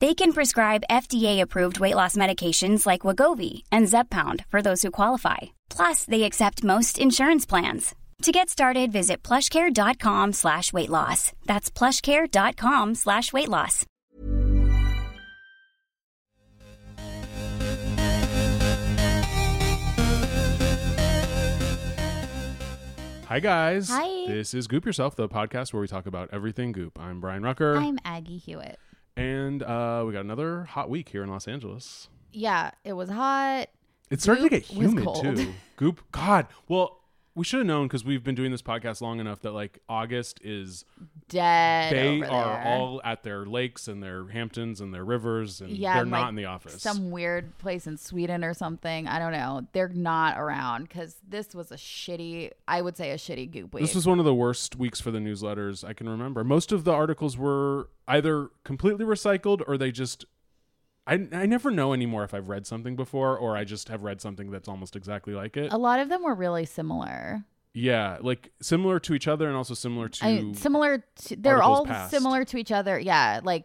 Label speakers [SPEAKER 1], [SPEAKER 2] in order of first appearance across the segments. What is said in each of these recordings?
[SPEAKER 1] They can prescribe FDA-approved weight loss medications like Wagovi and Zepbound for those who qualify. Plus, they accept most insurance plans. To get started, visit plushcare.com slash weight loss. That's plushcare.com slash weight loss.
[SPEAKER 2] Hi, guys.
[SPEAKER 3] Hi.
[SPEAKER 2] This is Goop Yourself, the podcast where we talk about everything goop. I'm Brian Rucker.
[SPEAKER 3] I'm Aggie Hewitt.
[SPEAKER 2] and uh, we got another hot week here in Los Angeles.
[SPEAKER 3] Yeah, it was hot.
[SPEAKER 2] It's starting to
[SPEAKER 3] Goop
[SPEAKER 2] get
[SPEAKER 3] was
[SPEAKER 2] humid,
[SPEAKER 3] cold.
[SPEAKER 2] too. Goop. God. Well, we should have known because we've been doing this podcast long enough that, like, August is
[SPEAKER 3] Dead.
[SPEAKER 2] they
[SPEAKER 3] over
[SPEAKER 2] are
[SPEAKER 3] there.
[SPEAKER 2] all at their lakes and their Hamptons and their rivers, and
[SPEAKER 3] Yeah,
[SPEAKER 2] they're
[SPEAKER 3] and,
[SPEAKER 2] not
[SPEAKER 3] like,
[SPEAKER 2] in the office.
[SPEAKER 3] Some weird place in Sweden or something. I don't know. They're not around because this was a shitty. I would say a shitty goop week.
[SPEAKER 2] This was one of the worst weeks for the newsletters I can remember. Most of the articles were either completely recycled or they just. I, I never know anymore if I've read something before or I just have read something that's almost exactly like it.
[SPEAKER 3] a lot of them were really similar.
[SPEAKER 2] yeah, like similar to each other and also similar to.
[SPEAKER 3] I mean, similar. To, they're
[SPEAKER 2] articles
[SPEAKER 3] all
[SPEAKER 2] past.
[SPEAKER 3] similar to each other. Yeah, like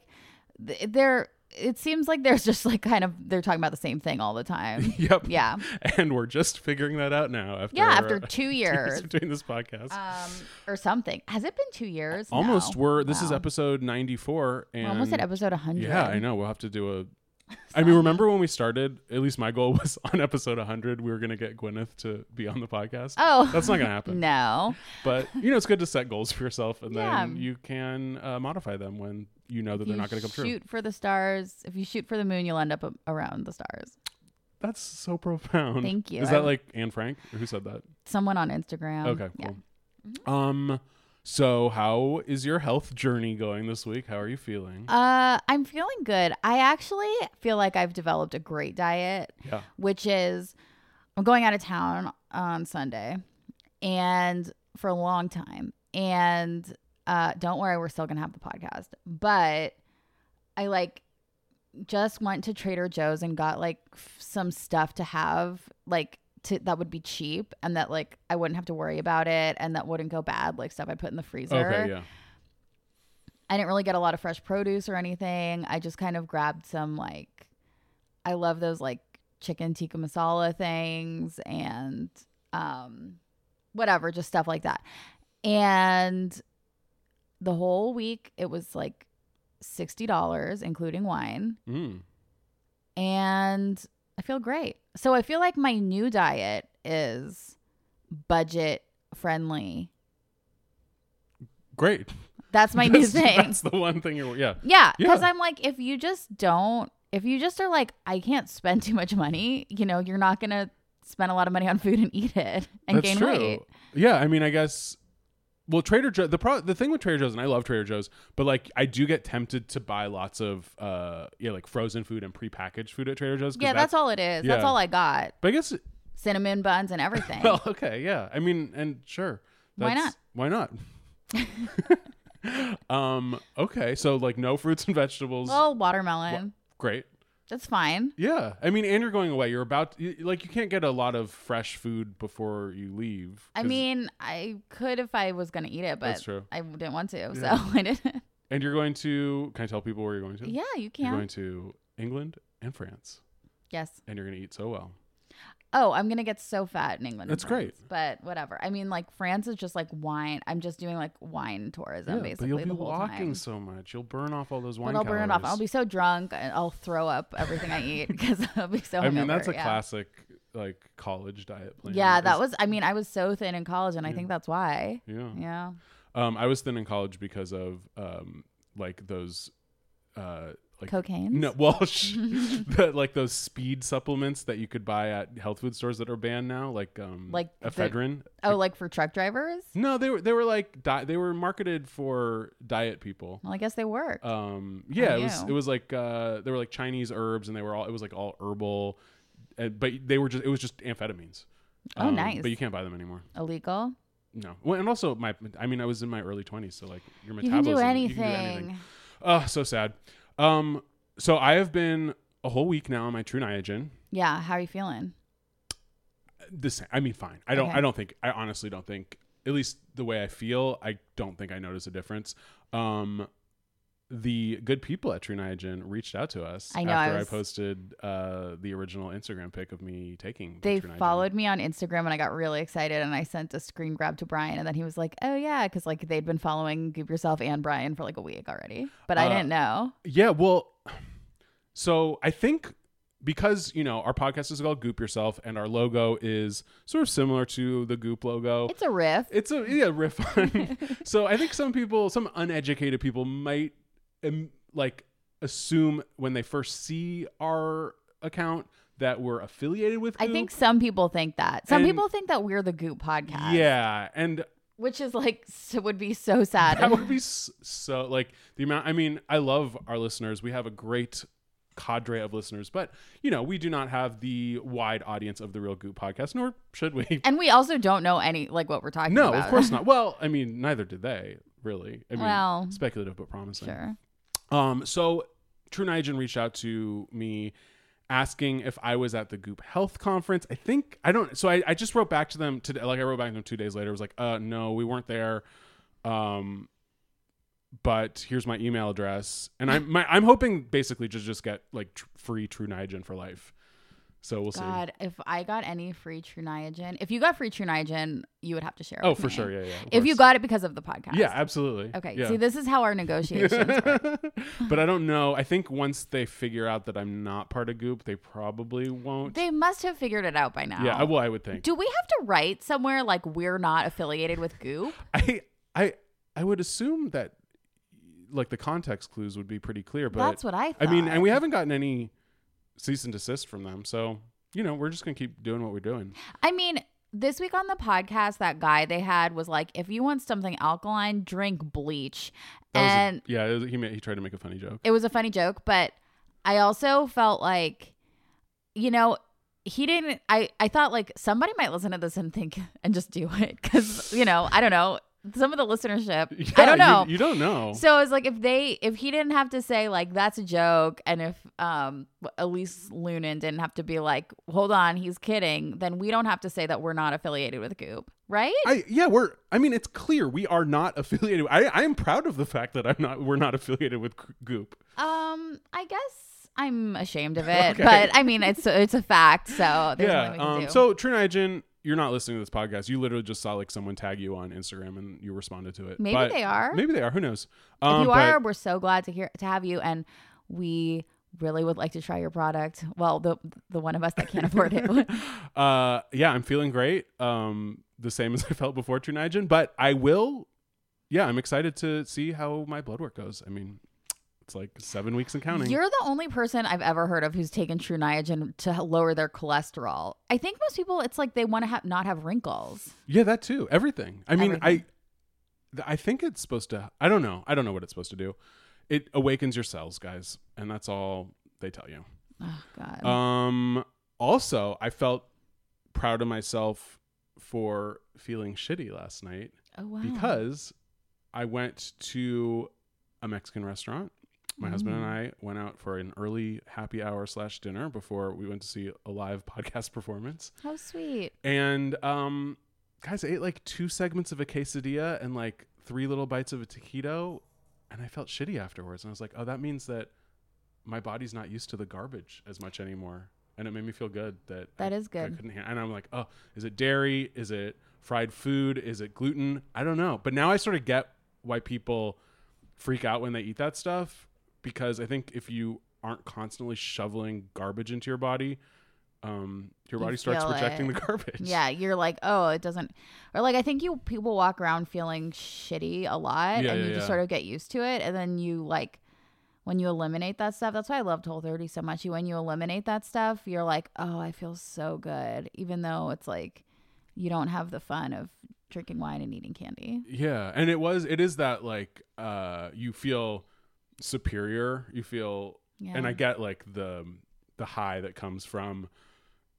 [SPEAKER 3] th- they're. It seems like there's just like kind of they're talking about the same thing all the time.
[SPEAKER 2] yep.
[SPEAKER 3] yeah.
[SPEAKER 2] And we're just figuring that out now after.
[SPEAKER 3] Yeah, after
[SPEAKER 2] uh,
[SPEAKER 3] two years.
[SPEAKER 2] of doing this podcast.
[SPEAKER 3] um, or something. Has it been two years?
[SPEAKER 2] almost
[SPEAKER 3] No.
[SPEAKER 2] were. This is
[SPEAKER 3] Wow.
[SPEAKER 2] episode 94. And
[SPEAKER 3] We're almost at episode 100.
[SPEAKER 2] Yeah, I know. We'll have to do a. I mean, remember when we started? At least my goal was on episode 100, we were going to get Gwyneth to be on the podcast.
[SPEAKER 3] Oh.
[SPEAKER 2] that's not going to happen.
[SPEAKER 3] No.
[SPEAKER 2] But you know, it's good to set goals for yourself, and then
[SPEAKER 3] Yeah.
[SPEAKER 2] you can uh, modify them when you know that
[SPEAKER 3] If
[SPEAKER 2] they're
[SPEAKER 3] you
[SPEAKER 2] not going to come true.
[SPEAKER 3] Shoot for the stars. If you shoot for the moon, you'll end up a- around the stars.
[SPEAKER 2] That's so profound.
[SPEAKER 3] Thank you.
[SPEAKER 2] Is that like Anne Frank? Who said that?
[SPEAKER 3] Someone on Instagram.
[SPEAKER 2] okay, cool.
[SPEAKER 3] Mm-hmm.
[SPEAKER 2] Um, so how is your health journey going this week? How are you feeling?
[SPEAKER 3] Uh, I'm feeling good. I actually feel like I've developed a great diet,
[SPEAKER 2] yeah.
[SPEAKER 3] which is I'm going out of town on Sunday and for a long time. And uh, don't worry, we're still going to have the podcast. But I like just went to Trader Joe's and got like f- some stuff to have, like to, that would be cheap and that like I wouldn't have to worry about it and that wouldn't go bad, like stuff I put in the freezer.
[SPEAKER 2] Okay. Yeah.
[SPEAKER 3] I didn't really get a lot of fresh produce or anything. I just kind of grabbed some like I love those like chicken tikka masala things and um whatever, just stuff like that. And the whole week it was like $60 including wine
[SPEAKER 2] Mm.
[SPEAKER 3] and I feel great. So I feel like my new diet is budget friendly.
[SPEAKER 2] Great.
[SPEAKER 3] That's my new
[SPEAKER 2] That's-
[SPEAKER 3] thing.
[SPEAKER 2] That's the one thing you're. Yeah.
[SPEAKER 3] Yeah,
[SPEAKER 2] Yeah.
[SPEAKER 3] because I'm like, if you just don't, if you just are like, I can't spend too much money, you know, you're not gonna spend a lot of money on food and eat it and gain weight.
[SPEAKER 2] Yeah, I mean, I guess. Well, Trader Joe. The pro- the thing with Trader Joe's, and I love Trader Joe's, but like I do get tempted to buy lots of uh yeah like frozen food and prepackaged food at Trader Joe's. 'cause
[SPEAKER 3] Yeah, that's, all it is. That's
[SPEAKER 2] yeah.
[SPEAKER 3] all I got.
[SPEAKER 2] But I guess.
[SPEAKER 3] Cinnamon buns and everything.
[SPEAKER 2] Well, okay, yeah. I mean, and sure.
[SPEAKER 3] Why
[SPEAKER 2] that's- Why not? um. Okay. So like no fruits and vegetables.
[SPEAKER 3] well, watermelon.
[SPEAKER 2] Great.
[SPEAKER 3] That's fine.
[SPEAKER 2] Yeah. I mean, and you're going away. You're about y like you can't get a lot of fresh food before you leave.
[SPEAKER 3] I
[SPEAKER 2] 'cause-
[SPEAKER 3] mean, I could if I was gonna eat it, but
[SPEAKER 2] That's true.
[SPEAKER 3] I didn't want to,
[SPEAKER 2] Yeah.
[SPEAKER 3] so I didn't.
[SPEAKER 2] And you're going to. Can I tell people where you're going to?
[SPEAKER 3] Yeah, you
[SPEAKER 2] You're
[SPEAKER 3] can.
[SPEAKER 2] going to England and France,
[SPEAKER 3] yes.
[SPEAKER 2] and you're going to eat so well.
[SPEAKER 3] Oh, I'm gonna get so fat in England. and
[SPEAKER 2] That's
[SPEAKER 3] France,
[SPEAKER 2] great.
[SPEAKER 3] But whatever. I mean, like France is just like wine. I'm just doing like wine tourism
[SPEAKER 2] Yeah, but
[SPEAKER 3] basically
[SPEAKER 2] you'll be
[SPEAKER 3] the whole
[SPEAKER 2] walking
[SPEAKER 3] time.
[SPEAKER 2] so much. You'll burn off all those wine
[SPEAKER 3] But I'll burn it off.
[SPEAKER 2] calories.
[SPEAKER 3] I'll be so drunk and I'll throw up everything I eat because I'll be so.
[SPEAKER 2] I mean, that's
[SPEAKER 3] hungover,
[SPEAKER 2] a
[SPEAKER 3] yeah.
[SPEAKER 2] classic like college diet plan.
[SPEAKER 3] Yeah, that
[SPEAKER 2] is-
[SPEAKER 3] was. I mean, I was so thin in college, and I think that's why.
[SPEAKER 2] Yeah.
[SPEAKER 3] Yeah.
[SPEAKER 2] Um, I was thin in college because of um, like those uh, like
[SPEAKER 3] Cocaine.
[SPEAKER 2] No, well, sh- the, like those speed supplements that you could buy at health food stores that are banned now, like um,
[SPEAKER 3] Like the-
[SPEAKER 2] ephedrine.
[SPEAKER 3] Oh, like for truck drivers?
[SPEAKER 2] no, they were they were like di- they were marketed for diet people.
[SPEAKER 3] Well, I guess they work.
[SPEAKER 2] Um,
[SPEAKER 3] Oh,
[SPEAKER 2] yeah, it was
[SPEAKER 3] you.
[SPEAKER 2] it was like uh, they were like Chinese herbs, and they were all it was like all herbal, uh, but they were just it was just amphetamines. Um,
[SPEAKER 3] Oh, nice.
[SPEAKER 2] But you can't buy them anymore.
[SPEAKER 3] Illegal.
[SPEAKER 2] No. Well, and also my I mean I was in my early twenties, so like your
[SPEAKER 3] You can
[SPEAKER 2] metabolism
[SPEAKER 3] do anything.
[SPEAKER 2] Oh, so sad. Um, so I have been a whole week now on my True Niagen.
[SPEAKER 3] Yeah. How are you feeling?
[SPEAKER 2] The same. I mean, fine. I don't.
[SPEAKER 3] Okay.
[SPEAKER 2] I don't think. I honestly don't think. At least the way I feel, I don't think I notice a difference. Um, the good people at True Niagen reached out to us
[SPEAKER 3] I know, I
[SPEAKER 2] after I,
[SPEAKER 3] was-
[SPEAKER 2] posted uh, the original Instagram pic of me taking. the
[SPEAKER 3] They
[SPEAKER 2] True Niagen.
[SPEAKER 3] followed me on Instagram and I got really excited and I sent a screen grab to Brian and then he was like, "Oh yeah," cuz like they'd been following Goop Yourself and Brian for like a week already. But I
[SPEAKER 2] Uh,
[SPEAKER 3] didn't know.
[SPEAKER 2] Yeah, well, so I think because you know our podcast is called Goop Yourself, and our logo is sort of similar to the Goop logo.
[SPEAKER 3] It's a riff.
[SPEAKER 2] It's a yeah riff on. so I think some people, some uneducated people, might um, like assume when they first see our account that we're affiliated with.
[SPEAKER 3] I
[SPEAKER 2] Goop.
[SPEAKER 3] think some people think that. Some
[SPEAKER 2] And-
[SPEAKER 3] people think that we're the Goop podcast.
[SPEAKER 2] Yeah, and
[SPEAKER 3] Which is like so would be so sad.
[SPEAKER 2] that would be s- so like the amount. I mean, I love our listeners. We have a great cadre of listeners, but you know, we do not have the wide audience of the Real Goop podcast, nor should we.
[SPEAKER 3] and we also don't know any like what we're talking
[SPEAKER 2] No,
[SPEAKER 3] about.
[SPEAKER 2] of course not. Well, I mean, neither did they really. I mean,
[SPEAKER 3] Well,
[SPEAKER 2] speculative but promising.
[SPEAKER 3] sure.
[SPEAKER 2] Um, so True Niagen reached out to me asking if I was at the Goop Health Conference. I think I don't. So I, I just wrote back to them today. Like I wrote back to them two days later. I was like, uh, no, we weren't there. Um, but here's my email address, and I'm my, I'm hoping basically to just get like tr- free True Niagen for life. So we'll see.
[SPEAKER 3] God, if I got any free True Niagen, if you got free True Niagen, you would have to share. it
[SPEAKER 2] Oh,
[SPEAKER 3] with
[SPEAKER 2] for
[SPEAKER 3] me.
[SPEAKER 2] sure. Yeah, yeah. of
[SPEAKER 3] If you
[SPEAKER 2] course.
[SPEAKER 3] got it because of the podcast.
[SPEAKER 2] yeah, absolutely.
[SPEAKER 3] Okay.
[SPEAKER 2] Yeah.
[SPEAKER 3] See, this is how our negotiations work.
[SPEAKER 2] but I don't know. I think once they figure out that I'm not part of Goop, they probably won't.
[SPEAKER 3] They must have figured it out by now.
[SPEAKER 2] yeah, I, well, I would think.
[SPEAKER 3] Do we have to write somewhere like we're not affiliated with Goop?
[SPEAKER 2] I I I would assume that like the context clues would be pretty clear, but
[SPEAKER 3] That's what I
[SPEAKER 2] I mean,
[SPEAKER 3] thought.
[SPEAKER 2] and we haven't gotten any cease and desist from them, so you know we're just gonna keep doing what we're doing.
[SPEAKER 3] I mean, this week on the podcast, that guy they had was like, if you want something alkaline, drink bleach.
[SPEAKER 2] That was a-
[SPEAKER 3] and
[SPEAKER 2] yeah, it was- he ma- he tried to make a funny joke.
[SPEAKER 3] it was a funny joke, but I also felt like, you know, he didn't. I I thought like somebody might listen to this and think and just do it because you know I don't know some of the listenership.
[SPEAKER 2] Yeah,
[SPEAKER 3] I
[SPEAKER 2] you-
[SPEAKER 3] don't know.
[SPEAKER 2] You, don't know.
[SPEAKER 3] So I was like, if they, if he didn't have to say like that's a joke, and if um Elise Lunin didn't have to be like, hold on, he's kidding, then we don't have to say that we're not affiliated with Goop, right?
[SPEAKER 2] I yeah, we're. I mean, it's clear we are not affiliated. I I am proud of the fact that I'm not. We're not affiliated with G- Goop.
[SPEAKER 3] um, I guess I'm ashamed of it,
[SPEAKER 2] Okay.
[SPEAKER 3] but I mean, it's it's a fact, so there's
[SPEAKER 2] yeah.
[SPEAKER 3] nothing we can
[SPEAKER 2] um.
[SPEAKER 3] do.
[SPEAKER 2] So True Niagen, you're not listening to this podcast. You literally just saw like someone tag you on Instagram and you responded to it.
[SPEAKER 3] Maybe
[SPEAKER 2] But-
[SPEAKER 3] they are.
[SPEAKER 2] Maybe they are. Who knows?
[SPEAKER 3] if
[SPEAKER 2] Um,
[SPEAKER 3] you
[SPEAKER 2] but-
[SPEAKER 3] are, we're so glad to hear to have you, and we really would like to try your product. Well, the the one of us that can't afford it.
[SPEAKER 2] uh yeah i'm feeling great um the same as i felt before true nigen but i will yeah i'm excited to see how my blood work goes i mean it's like seven weeks and counting
[SPEAKER 3] You're the only person I've ever heard of who's taken True Niagen to h- lower their cholesterol. I think most people, it's like they want to ha- not have wrinkles.
[SPEAKER 2] yeah that too everything i mean i
[SPEAKER 3] Everything.
[SPEAKER 2] th- i think it's supposed to i don't know i don't know what it's supposed to do it awakens your cells guys and that's all they tell you
[SPEAKER 3] Oh God.
[SPEAKER 2] um also i felt proud of myself for feeling shitty last night
[SPEAKER 3] oh wow.
[SPEAKER 2] because I went to a Mexican restaurant. My husband and I went out for an early happy hour slash dinner before we went to see a live podcast performance.
[SPEAKER 3] how sweet.
[SPEAKER 2] And um, guys, I ate like two segments of a quesadilla and like three little bites of a taquito, and I felt shitty afterwards. And I was like, oh, that means that my body's not used to the garbage as much anymore. And it made me feel good that
[SPEAKER 3] That
[SPEAKER 2] I-
[SPEAKER 3] is good.
[SPEAKER 2] I couldn't ha- and I'm like, oh, is it dairy? Is it fried food? Is it gluten? I don't know. But now I sort of get why people freak out when they eat that stuff because I think if you aren't constantly shoveling garbage into your body, um, your
[SPEAKER 3] You
[SPEAKER 2] body starts
[SPEAKER 3] feel
[SPEAKER 2] rejecting
[SPEAKER 3] it.
[SPEAKER 2] the garbage.
[SPEAKER 3] Yeah, you're like, oh, it doesn't, or like I think you people walk around feeling shitty a lot,
[SPEAKER 2] Yeah,
[SPEAKER 3] and
[SPEAKER 2] yeah,
[SPEAKER 3] you just
[SPEAKER 2] yeah.
[SPEAKER 3] sort of get used to it, and then you like when you eliminate that stuff. That's why I love Toll Thirty so much. You when you eliminate that stuff, you're like, oh, I feel so good, even though it's like you don't have the fun of drinking wine and eating candy.
[SPEAKER 2] Yeah, and it was it is that like uh you feel superior, you feel
[SPEAKER 3] Yeah,
[SPEAKER 2] and I get like the the high that comes from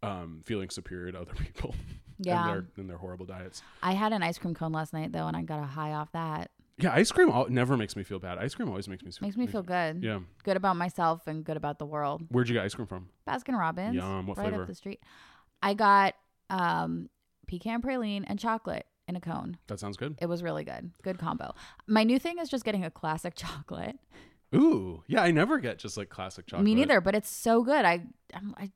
[SPEAKER 2] um feeling superior to other people
[SPEAKER 3] Yeah.
[SPEAKER 2] and their and their horrible diets.
[SPEAKER 3] I had an ice cream cone last night though, and I got a high off that.
[SPEAKER 2] Yeah, ice cream al- never makes me feel bad. Ice cream always makes me
[SPEAKER 3] Makes me feel good.
[SPEAKER 2] Yeah.
[SPEAKER 3] Good about myself and good about the world.
[SPEAKER 2] Where'd you get ice cream from?
[SPEAKER 3] Baskin Robbins.
[SPEAKER 2] Yum. What
[SPEAKER 3] right
[SPEAKER 2] flavor?
[SPEAKER 3] up the street. I got um, pecan praline and chocolate in a cone.
[SPEAKER 2] That sounds good.
[SPEAKER 3] It was really good. Good combo. My new thing is just getting a classic chocolate.
[SPEAKER 2] Ooh, yeah. I never get just like classic chocolate.
[SPEAKER 3] Me neither, but it's so good. I I'm, I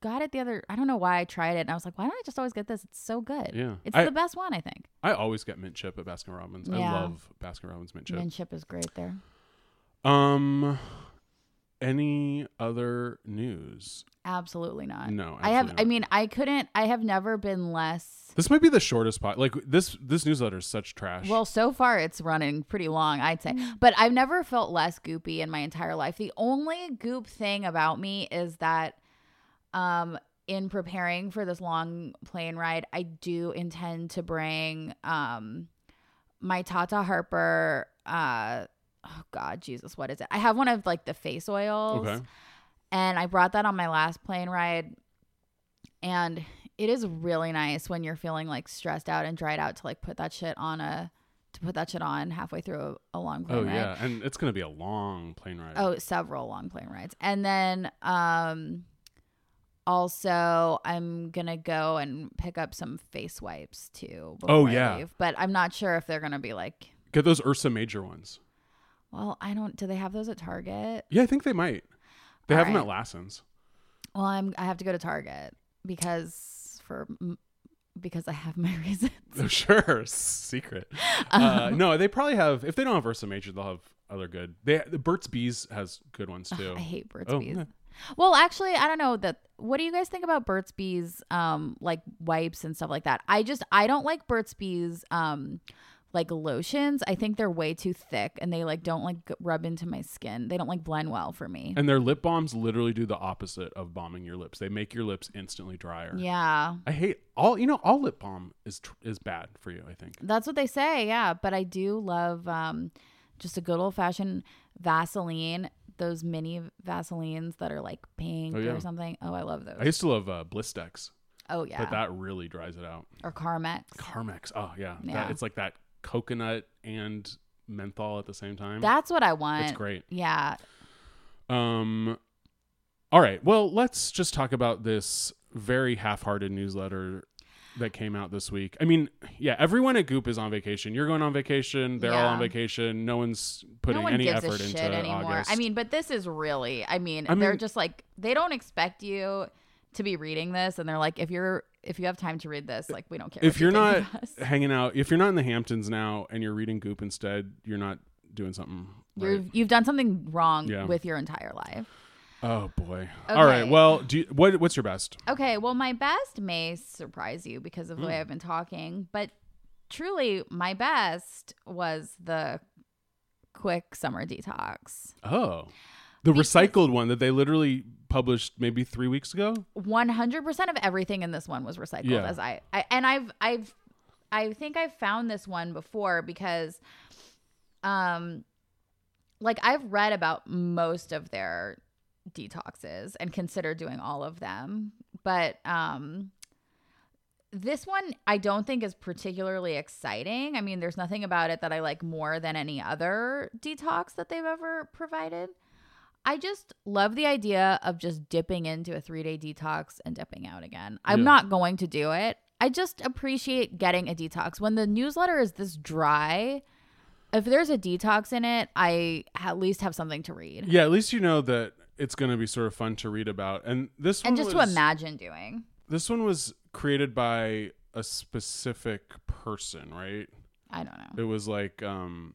[SPEAKER 3] got it the other. I don't know why I tried it, and I was like, why don't I just always get this? It's so good.
[SPEAKER 2] Yeah.
[SPEAKER 3] It's
[SPEAKER 2] I-
[SPEAKER 3] the best one, I think.
[SPEAKER 2] I always get mint chip at Baskin Robbins. I
[SPEAKER 3] Yeah.
[SPEAKER 2] love Baskin Robbins mint chip.
[SPEAKER 3] Mint chip is great there.
[SPEAKER 2] um, any other news?
[SPEAKER 3] Absolutely not.
[SPEAKER 2] No,
[SPEAKER 3] I have.
[SPEAKER 2] absolutely
[SPEAKER 3] I
[SPEAKER 2] not.
[SPEAKER 3] mean, I couldn't. I have never been less.
[SPEAKER 2] This might be the shortest pot. Like this, this newsletter is such trash.
[SPEAKER 3] Well, so far it's running pretty long, I'd say. But I've never felt less goopy in my entire life. The only goop thing about me is that um in preparing for this long plane ride, I do intend to bring um my Tata Harper uh oh god, Jesus, what is it? I have one of like the face oils
[SPEAKER 2] okay.
[SPEAKER 3] and I brought that on my last plane ride and it is really nice when you're feeling like stressed out and dried out to like put that shit on a to put that shit on halfway through a, a long plane
[SPEAKER 2] Oh
[SPEAKER 3] ride.
[SPEAKER 2] yeah, and it's gonna be a long plane ride.
[SPEAKER 3] Oh, several long plane rides. And then um also I'm going to go and pick up some face wipes too before
[SPEAKER 2] Oh,
[SPEAKER 3] I
[SPEAKER 2] yeah.
[SPEAKER 3] leave. but I'm not sure if they're going to be like
[SPEAKER 2] get those Ursa Major ones.
[SPEAKER 3] well, I don't do they have those at Target?
[SPEAKER 2] Yeah, I think they might. They
[SPEAKER 3] All
[SPEAKER 2] have them
[SPEAKER 3] right.
[SPEAKER 2] at Lassen's.
[SPEAKER 3] Well, I'm I have to go to Target because for because I have my reasons.
[SPEAKER 2] Oh, sure, secret. uh, no, they probably have. If they don't have Ursa Major, they'll have other good. They the Burt's Bees has good ones too.
[SPEAKER 3] I hate Burt's
[SPEAKER 2] Oh,
[SPEAKER 3] Bees.
[SPEAKER 2] yeah.
[SPEAKER 3] Well, actually, I don't know that. What do you guys think about Burt's Bees, um, like wipes and stuff like that? I just I don't like Burt's Bees, um, like lotions. I think they're way too thick and they like don't like g- rub into my skin. They don't like blend well for me.
[SPEAKER 2] And their lip balms literally do the opposite of bombing your lips. They make your lips instantly drier.
[SPEAKER 3] Yeah,
[SPEAKER 2] I hate all. You know, all lip balm is tr- is bad for you. I think.
[SPEAKER 3] that's what they say. Yeah, but I do love um, just a good old fashioned Vaseline. Those mini Vaselines that are like pink
[SPEAKER 2] Oh, yeah.
[SPEAKER 3] or something. Oh, I love those.
[SPEAKER 2] I used to love uh, Blistex,
[SPEAKER 3] oh yeah,
[SPEAKER 2] but that really dries it out.
[SPEAKER 3] or Carmex.
[SPEAKER 2] Carmex. Oh yeah, That-
[SPEAKER 3] Yeah.
[SPEAKER 2] it's like that coconut and menthol at the same time.
[SPEAKER 3] That's what I want.
[SPEAKER 2] it's great.
[SPEAKER 3] Yeah,
[SPEAKER 2] Um, all right. Well, let's just talk about this very half-hearted newsletter that came out this week. I mean, yeah, everyone at Goop is on vacation. You're going on vacation. They're all
[SPEAKER 3] Yeah.
[SPEAKER 2] on vacation. No one's putting
[SPEAKER 3] no one
[SPEAKER 2] any
[SPEAKER 3] gives
[SPEAKER 2] effort
[SPEAKER 3] a shit
[SPEAKER 2] into
[SPEAKER 3] anymore.
[SPEAKER 2] August.
[SPEAKER 3] I mean, but this is really. I mean,
[SPEAKER 2] I
[SPEAKER 3] they're
[SPEAKER 2] mean-
[SPEAKER 3] just like they don't expect you to be reading this, and they're like, if you're if you have time to read this, like we don't care.
[SPEAKER 2] if
[SPEAKER 3] what
[SPEAKER 2] you're
[SPEAKER 3] you
[SPEAKER 2] not
[SPEAKER 3] think of us.
[SPEAKER 2] hanging out, if you're not in the Hamptons now and you're reading Goop instead, you're not doing something. Right.
[SPEAKER 3] you've you've done something wrong
[SPEAKER 2] Yeah.
[SPEAKER 3] with your entire life.
[SPEAKER 2] oh boy. All right.
[SPEAKER 3] Okay.
[SPEAKER 2] Well, do you, what? What's your best?
[SPEAKER 3] Okay, well, my best may surprise you because of the way I've been talking, but truly, my best was the quick summer detox.
[SPEAKER 2] Oh. The recycled one that they literally published maybe three weeks ago.
[SPEAKER 3] 100% of everything in this one was recycled
[SPEAKER 2] Yeah.
[SPEAKER 3] as I, I and I've I've I think I've found this one before because um like I've read about most of their detoxes and consider doing all of them but um this one I don't think is particularly exciting. I mean, there's nothing about it that I like more than any other detox that they've ever provided. I just love the idea of just dipping into a three day detox and dipping out again. I'm
[SPEAKER 2] Yeah.
[SPEAKER 3] not going to do it. I just appreciate getting a detox. When the newsletter is this dry, if there's a detox in it, I at least have something to read
[SPEAKER 2] Yeah, at least you know that it's going to be sort of fun to read about. And this one
[SPEAKER 3] and just to
[SPEAKER 2] was-
[SPEAKER 3] imagine doing.
[SPEAKER 2] This one was created by a specific person, right?
[SPEAKER 3] I don't know.
[SPEAKER 2] It was like, um,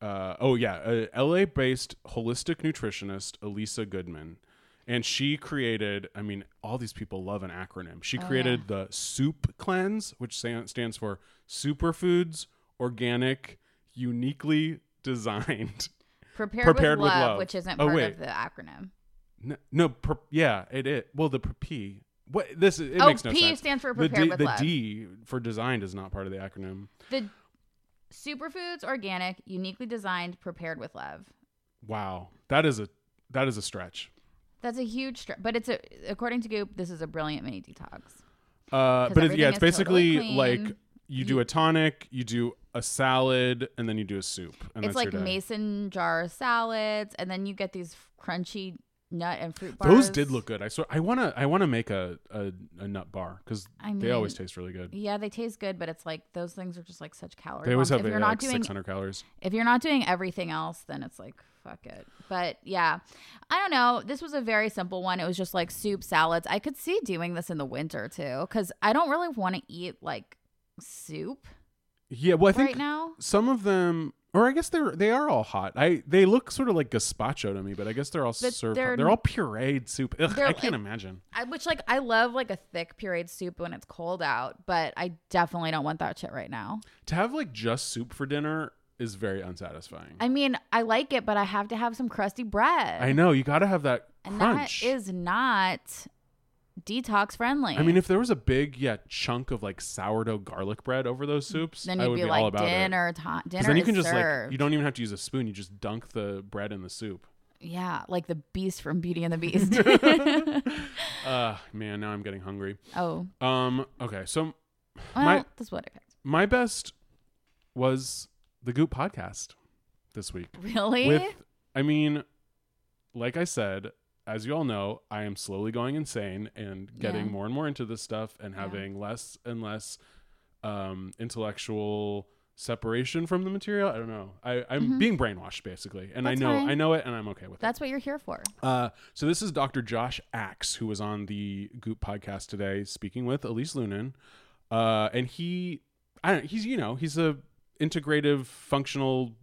[SPEAKER 2] uh, oh yeah, a LA-based holistic nutritionist Elisa Goodman, and she created. I mean, all these people love an acronym. She
[SPEAKER 3] Oh,
[SPEAKER 2] created the Soup Cleanse, which san- stands for Superfoods Organic Uniquely Designed.
[SPEAKER 3] Prepared,
[SPEAKER 2] Prepared
[SPEAKER 3] with,
[SPEAKER 2] with
[SPEAKER 3] love,
[SPEAKER 2] love.
[SPEAKER 3] which isn't
[SPEAKER 2] Oh,
[SPEAKER 3] part
[SPEAKER 2] wait.
[SPEAKER 3] of the acronym.
[SPEAKER 2] No, no per, yeah, it it. Well, the per- P. What this is- it
[SPEAKER 3] Oh,
[SPEAKER 2] makes no
[SPEAKER 3] P
[SPEAKER 2] sense.
[SPEAKER 3] stands for
[SPEAKER 2] the
[SPEAKER 3] prepared
[SPEAKER 2] D,
[SPEAKER 3] with
[SPEAKER 2] the
[SPEAKER 3] love.
[SPEAKER 2] D for designed is not part of the acronym.
[SPEAKER 3] The superfoods, organic, uniquely designed, prepared with love.
[SPEAKER 2] Wow, that is a that is a stretch.
[SPEAKER 3] That's a huge, str- but it's a according to Goop, this is a brilliant mini detox.
[SPEAKER 2] Uh,
[SPEAKER 3] 'Cause
[SPEAKER 2] but it, yeah,
[SPEAKER 3] everything
[SPEAKER 2] it's
[SPEAKER 3] is
[SPEAKER 2] basically
[SPEAKER 3] totally
[SPEAKER 2] like
[SPEAKER 3] clean.
[SPEAKER 2] you do a tonic, you do a salad, and then you do a soup. And
[SPEAKER 3] it's
[SPEAKER 2] that's
[SPEAKER 3] like
[SPEAKER 2] your day.
[SPEAKER 3] mason jar salads, and then you get these crunchy nut and fruit bars.
[SPEAKER 2] Those did look good. I swear, I wanna I wanna make a a, a nut bar because
[SPEAKER 3] I
[SPEAKER 2] they always
[SPEAKER 3] mean,
[SPEAKER 2] taste really good.
[SPEAKER 3] Yeah, they taste good, but it's like those things are just like such calories.
[SPEAKER 2] They always have
[SPEAKER 3] if
[SPEAKER 2] uh,
[SPEAKER 3] you're
[SPEAKER 2] like
[SPEAKER 3] not doing
[SPEAKER 2] 600 calories.
[SPEAKER 3] if you're not doing everything else, then it's like fuck it. But yeah, I don't know. This was a very simple one. It was just like soup, salads. I could see doing this in the winter too, because I don't really want to eat like soup
[SPEAKER 2] Yeah, well, I think
[SPEAKER 3] right now.
[SPEAKER 2] some of them, or I guess they're they are all hot. I they look sort of like gazpacho to me, but I guess they're all
[SPEAKER 3] But
[SPEAKER 2] served.
[SPEAKER 3] they're-
[SPEAKER 2] They're, they're all pureed soup. Ugh,
[SPEAKER 3] They're
[SPEAKER 2] I can't
[SPEAKER 3] like-
[SPEAKER 2] imagine.
[SPEAKER 3] I, which like I love like a thick pureed soup when it's cold out, but I definitely don't want that shit right now.
[SPEAKER 2] To have like just soup for dinner is very unsatisfying.
[SPEAKER 3] I mean, I like it, but I have to have some crusty bread.
[SPEAKER 2] I know you got to have that
[SPEAKER 3] and
[SPEAKER 2] crunch.
[SPEAKER 3] that is not detox friendly.
[SPEAKER 2] I mean, if there was a big yeah chunk of like sourdough garlic bread over those soups,
[SPEAKER 3] then
[SPEAKER 2] I
[SPEAKER 3] you'd
[SPEAKER 2] would
[SPEAKER 3] be,
[SPEAKER 2] be, all
[SPEAKER 3] like
[SPEAKER 2] about it.
[SPEAKER 3] dinner time. Dinner
[SPEAKER 2] 'Cause then you
[SPEAKER 3] is
[SPEAKER 2] can just
[SPEAKER 3] served.
[SPEAKER 2] like you don't even have to use a spoon. You just dunk the bread in the soup.
[SPEAKER 3] Yeah, like the beast from Beauty and the Beast.
[SPEAKER 2] Uh man, now I'm getting hungry.
[SPEAKER 3] oh,
[SPEAKER 2] Um, okay, so
[SPEAKER 3] well,
[SPEAKER 2] My-
[SPEAKER 3] that's what I picked.
[SPEAKER 2] my best was the Goop podcast this week.
[SPEAKER 3] Really?
[SPEAKER 2] With, I mean, like I said, as you all know, I am slowly going insane and getting
[SPEAKER 3] Yeah.
[SPEAKER 2] more and more into this stuff and
[SPEAKER 3] Yeah.
[SPEAKER 2] having less and less um, intellectual separation from the material. I don't know. I, I'm being brainwashed basically, and
[SPEAKER 3] Mm-hmm. That's
[SPEAKER 2] I know
[SPEAKER 3] fine.
[SPEAKER 2] I know it, and I'm okay with
[SPEAKER 3] that's what you're here for.
[SPEAKER 2] it. Uh, so this is Dr. Josh Axe, who was on the Goop podcast today, speaking with Elise Lunin, uh, and he, I don't, he's you know he's a integrative functional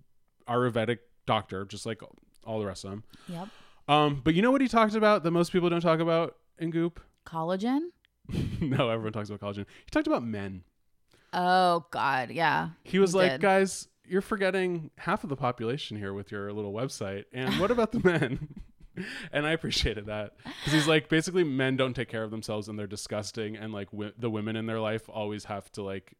[SPEAKER 2] Ayurvedic doctor, just like all the rest of them.
[SPEAKER 3] Yep.
[SPEAKER 2] Um, but you know what he talked about that most people don't talk about in Goop?
[SPEAKER 3] Collagen?
[SPEAKER 2] no, everyone talks about collagen. He talked about men.
[SPEAKER 3] Oh God, yeah.
[SPEAKER 2] He was like, uh,
[SPEAKER 3] did.
[SPEAKER 2] guys, you're forgetting half of the population here with your little website. And what about the men? and I appreciated that because he's like, basically, men don't take care of themselves and they're disgusting. And like w- the women in their life always have to like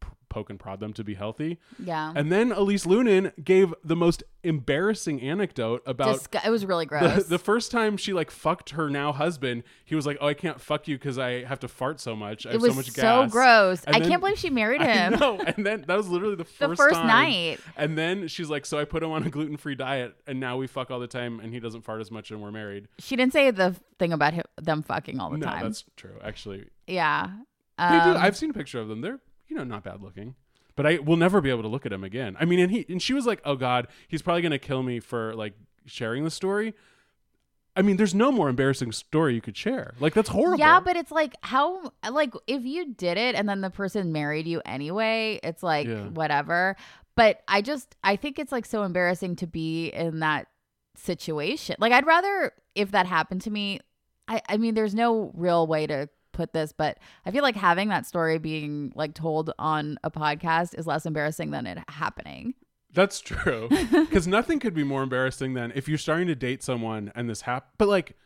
[SPEAKER 2] p- poke and prod them to be healthy.
[SPEAKER 3] Yeah.
[SPEAKER 2] And then Elise Lunin gave the most embarrassing anecdote about
[SPEAKER 3] Disgu- it was really
[SPEAKER 2] the,
[SPEAKER 3] gross.
[SPEAKER 2] the first time she like fucked her now husband, he was like, "Oh, I can't fuck you because I have to fart so much. I
[SPEAKER 3] it
[SPEAKER 2] have
[SPEAKER 3] was
[SPEAKER 2] so much
[SPEAKER 3] so
[SPEAKER 2] gas."
[SPEAKER 3] gross.
[SPEAKER 2] And
[SPEAKER 3] I
[SPEAKER 2] then-
[SPEAKER 3] can't believe she married
[SPEAKER 2] I
[SPEAKER 3] him.
[SPEAKER 2] know. And then that was literally the first
[SPEAKER 3] The first
[SPEAKER 2] time.
[SPEAKER 3] night.
[SPEAKER 2] And then she's like, "So I put him on a gluten free diet, and now we fuck all the time, and he doesn't fart as much, and we're married."
[SPEAKER 3] She didn't say the thing about him, them fucking all the
[SPEAKER 2] no,
[SPEAKER 3] time.
[SPEAKER 2] that's true. Actually,
[SPEAKER 3] yeah.
[SPEAKER 2] they do.
[SPEAKER 3] Um,
[SPEAKER 2] I've seen a picture of them. They're you know not bad looking. But I will never be able to look at him again. I mean, and he and she was like, "Oh God, he's probably gonna kill me for like sharing the story." I mean, there's no more embarrassing story you could share. Like that's horrible.
[SPEAKER 3] Yeah, but it's like how like if you did it and then the person married you anyway, it's like
[SPEAKER 2] Yeah.
[SPEAKER 3] whatever. But I just I think it's like so embarrassing to be in that situation. Like I'd rather if that happened to me, I I mean there's no real way to put this, but I feel like having that story being like told on a podcast is less embarrassing than it happening.
[SPEAKER 2] That's true. Because nothing could be more embarrassing than if you're starting to date someone and this happened. But like,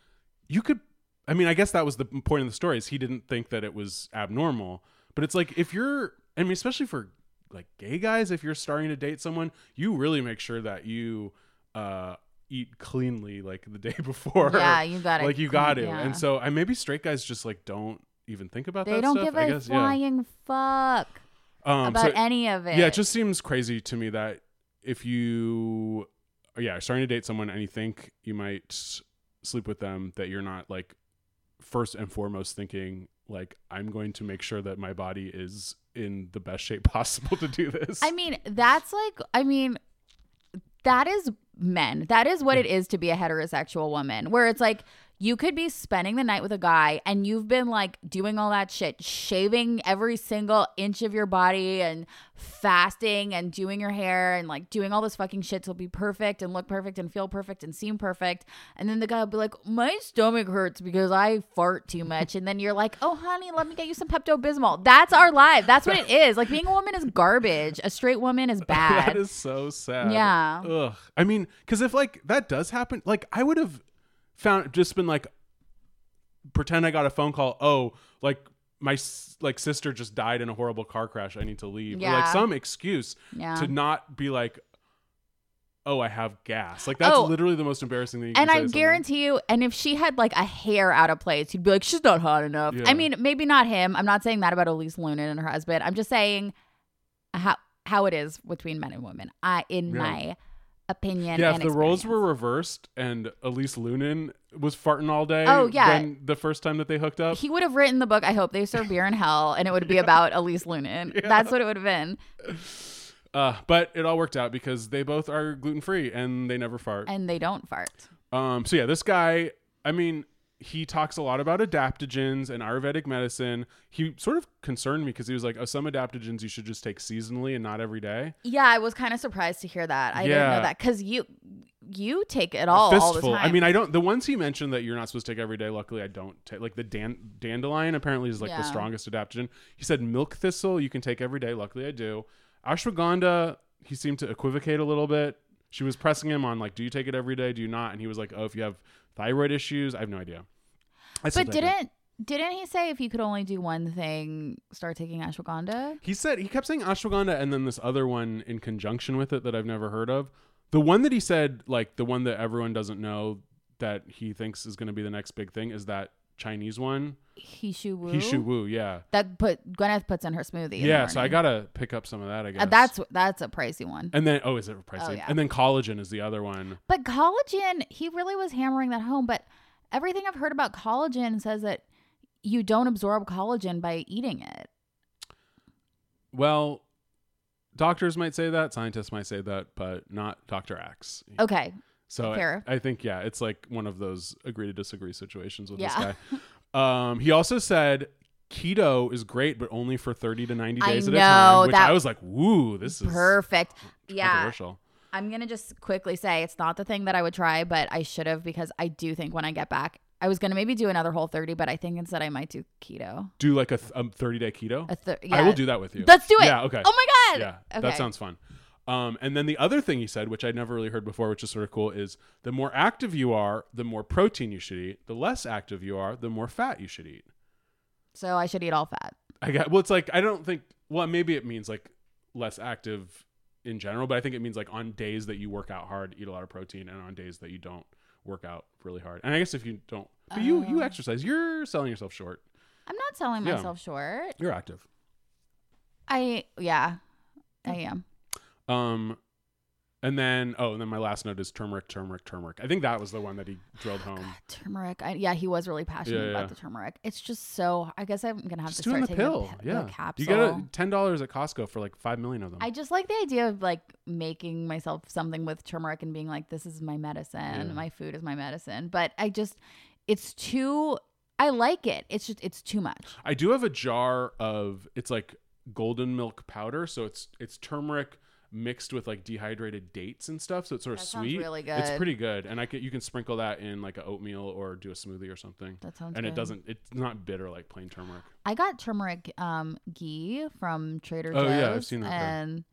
[SPEAKER 2] you could. I mean, I guess that was the point of the story is he didn't think that it was abnormal. But it's like if you're, I mean, especially for like gay guys, if you're starting to date someone, you really make sure that you uh, eat cleanly like the day before.
[SPEAKER 3] Yeah, you got it.
[SPEAKER 2] like you got to.
[SPEAKER 3] it.
[SPEAKER 2] And so I maybe straight guys just like don't even think about
[SPEAKER 3] they
[SPEAKER 2] that
[SPEAKER 3] don't
[SPEAKER 2] stuff.
[SPEAKER 3] give
[SPEAKER 2] I
[SPEAKER 3] a
[SPEAKER 2] guess, yeah.
[SPEAKER 3] flying fuck
[SPEAKER 2] Um,
[SPEAKER 3] about
[SPEAKER 2] so-
[SPEAKER 3] any of it.
[SPEAKER 2] yeah, it just seems crazy to me that if you, yeah, are starting to date someone and you think you might sleep with them, that you're not like first and foremost thinking like I'm going to make sure that my body is in the best shape possible to do this.
[SPEAKER 3] I mean, that's like, I mean, that is men. That is what it is to be a heterosexual woman, where it's like you could be spending the night with a guy and you've been like doing all that shit, shaving every single inch of your body and fasting and doing your hair and like doing all this fucking shit to be perfect and look perfect and feel perfect and seem perfect. And then the guy will be like, my stomach hurts because I fart too much. And then you're like, oh, honey, let me get you some Pepto Bismol. That's our life. That's what it is. Like being a woman is garbage. A straight woman is bad.
[SPEAKER 2] that is so sad.
[SPEAKER 3] Yeah.
[SPEAKER 2] Ugh. I mean, because if like that does happen, like I would have found just been like, pretend I got a phone call. Oh, like my s- like sister just died in a horrible car crash. I need to leave. Or like
[SPEAKER 3] Yeah.
[SPEAKER 2] some excuse
[SPEAKER 3] Yeah.
[SPEAKER 2] to not be like, oh, I have gas. Like that's
[SPEAKER 3] Oh.
[SPEAKER 2] literally the most embarrassing thing. You can
[SPEAKER 3] and
[SPEAKER 2] say
[SPEAKER 3] I
[SPEAKER 2] to someone.
[SPEAKER 3] guarantee you, and if she had like a hair out of place, you'd be like, she's not hot enough.
[SPEAKER 2] Yeah.
[SPEAKER 3] I mean, maybe not him. I'm not saying that about Elise Lunan and her husband. I'm just saying how how it is between men and women. I, in
[SPEAKER 2] Yeah.
[SPEAKER 3] my opinion,
[SPEAKER 2] Yeah,
[SPEAKER 3] and
[SPEAKER 2] if the roles were
[SPEAKER 3] experience.
[SPEAKER 2] reversed and Elise Lunin was farting all day.
[SPEAKER 3] Oh, yeah.
[SPEAKER 2] When the first time that they hooked up.
[SPEAKER 3] He would have written the book. I hope they serve beer in hell, and it would be about Elise Lunan. That's what it would have been.
[SPEAKER 2] Uh, but it all worked out because they both are gluten free and they never fart.
[SPEAKER 3] And they don't fart.
[SPEAKER 2] Um, so yeah, this guy, I mean, he talks a lot about adaptogens and Ayurvedic medicine. He sort of concerned me because he was like, "Oh, some adaptogens you should just take seasonally and not every day."
[SPEAKER 3] Yeah, I was kind of surprised to hear that. I didn't
[SPEAKER 2] Yeah.
[SPEAKER 3] know that because you you take it all all the time.
[SPEAKER 2] I mean, I don't. The ones he mentioned that you're not supposed to take every day. Luckily, I don't take. Like the dan- dandelion apparently is like the
[SPEAKER 3] Yeah.
[SPEAKER 2] strongest adaptogen. He said milk thistle you can take every day. Luckily, I do. Ashwagandha. He seemed to equivocate a little bit. She was pressing him on like, do you take it every day? Do you not? And he was like, oh, if you have thyroid issues, I have no idea. I still
[SPEAKER 3] But
[SPEAKER 2] take it.
[SPEAKER 3] didn't didn't he say if you could only do one thing, start taking ashwagandha?
[SPEAKER 2] He said he kept saying ashwagandha and then this other one in conjunction with it that I've never heard of. The one that he said, like the one that everyone doesn't know that he thinks is going to be the next big thing, is that Chinese one,
[SPEAKER 3] Hishu Wu.
[SPEAKER 2] Hishu Wu. Yeah,
[SPEAKER 3] That put Gwyneth puts in her smoothie. in the
[SPEAKER 2] yeah. So I
[SPEAKER 3] morning.
[SPEAKER 2] gotta pick up some of that. I guess
[SPEAKER 3] Uh, that's that's a pricey one.
[SPEAKER 2] and then oh, is it pricey?
[SPEAKER 3] Oh, yeah.
[SPEAKER 2] And then collagen is the other one.
[SPEAKER 3] But collagen, he really was hammering that home. But everything I've heard about collagen says that you don't absorb collagen by eating it.
[SPEAKER 2] Well, doctors might say that, scientists might say that, but not Doctor Axe.
[SPEAKER 3] Okay,
[SPEAKER 2] So I,
[SPEAKER 3] Fair.
[SPEAKER 2] I think yeah, it's like one of those agree to disagree situations with
[SPEAKER 3] Yeah.
[SPEAKER 2] this guy. Um, he also said keto is great, but only for thirty to ninety
[SPEAKER 3] I
[SPEAKER 2] days at a
[SPEAKER 3] know,
[SPEAKER 2] time. Which
[SPEAKER 3] that-
[SPEAKER 2] I was like, woo, this is
[SPEAKER 3] perfect. Yeah,
[SPEAKER 2] controversial.
[SPEAKER 3] I'm gonna just quickly say it's not the thing that I would try, but I should have because I do think when I get back, I was gonna maybe do another whole thirty, but I think instead I might do keto.
[SPEAKER 2] Do like a, th- a thirty day keto.
[SPEAKER 3] A thir-
[SPEAKER 2] I will
[SPEAKER 3] yeah.
[SPEAKER 2] do that with you.
[SPEAKER 3] Let's do it.
[SPEAKER 2] Yeah. Okay.
[SPEAKER 3] Oh my god.
[SPEAKER 2] Yeah,
[SPEAKER 3] Okay.
[SPEAKER 2] that sounds fun. Um, and then the other thing he said, which I'd never really heard before, which is sort of cool, is the more active you are, the more protein you should eat. The less active you are, the more fat you should eat.
[SPEAKER 3] So I should eat all fat.
[SPEAKER 2] I got well. It's like I don't think. Well, maybe it means like less active in general, but I think it means like on days that you work out hard, eat a lot of protein, and on days that you don't work out really hard. And I guess if you don't, but you
[SPEAKER 3] Oh.
[SPEAKER 2] you exercise, you're selling yourself short.
[SPEAKER 3] I'm not selling
[SPEAKER 2] Yeah.
[SPEAKER 3] myself short.
[SPEAKER 2] You're active.
[SPEAKER 3] I yeah, I am.
[SPEAKER 2] Um, and then oh, and then my last note is turmeric, turmeric, turmeric. I think that was the one that he drilled
[SPEAKER 3] Oh,
[SPEAKER 2] home.
[SPEAKER 3] Turmeric. I, yeah, he was really passionate
[SPEAKER 2] Yeah, yeah.
[SPEAKER 3] about the turmeric. It's just so. I guess I'm gonna have
[SPEAKER 2] Just
[SPEAKER 3] to
[SPEAKER 2] doing the
[SPEAKER 3] start taking the
[SPEAKER 2] pill.
[SPEAKER 3] pi-
[SPEAKER 2] yeah,
[SPEAKER 3] the capsule.
[SPEAKER 2] you get a ten dollars at Costco for like five million of them.
[SPEAKER 3] I just like the idea of like making myself something with turmeric and being like, this is my medicine.
[SPEAKER 2] Yeah.
[SPEAKER 3] My food is my medicine. But I just, it's too. I like it. It's just it's too much.
[SPEAKER 2] I do have a jar of it's like golden milk powder, so it's it's turmeric mixed with like dehydrated dates and stuff, so it's sort of
[SPEAKER 3] That sounds
[SPEAKER 2] sweet.
[SPEAKER 3] really
[SPEAKER 2] It's
[SPEAKER 3] good.
[SPEAKER 2] pretty good, and I can, you can sprinkle that in like a oatmeal or do a smoothie or something.
[SPEAKER 3] That sounds.
[SPEAKER 2] and it
[SPEAKER 3] good.
[SPEAKER 2] doesn't it's not bitter like plain turmeric.
[SPEAKER 3] I got turmeric um, ghee from Trader
[SPEAKER 2] Oh,
[SPEAKER 3] Joe's.
[SPEAKER 2] yeah, I've seen that there.
[SPEAKER 3] And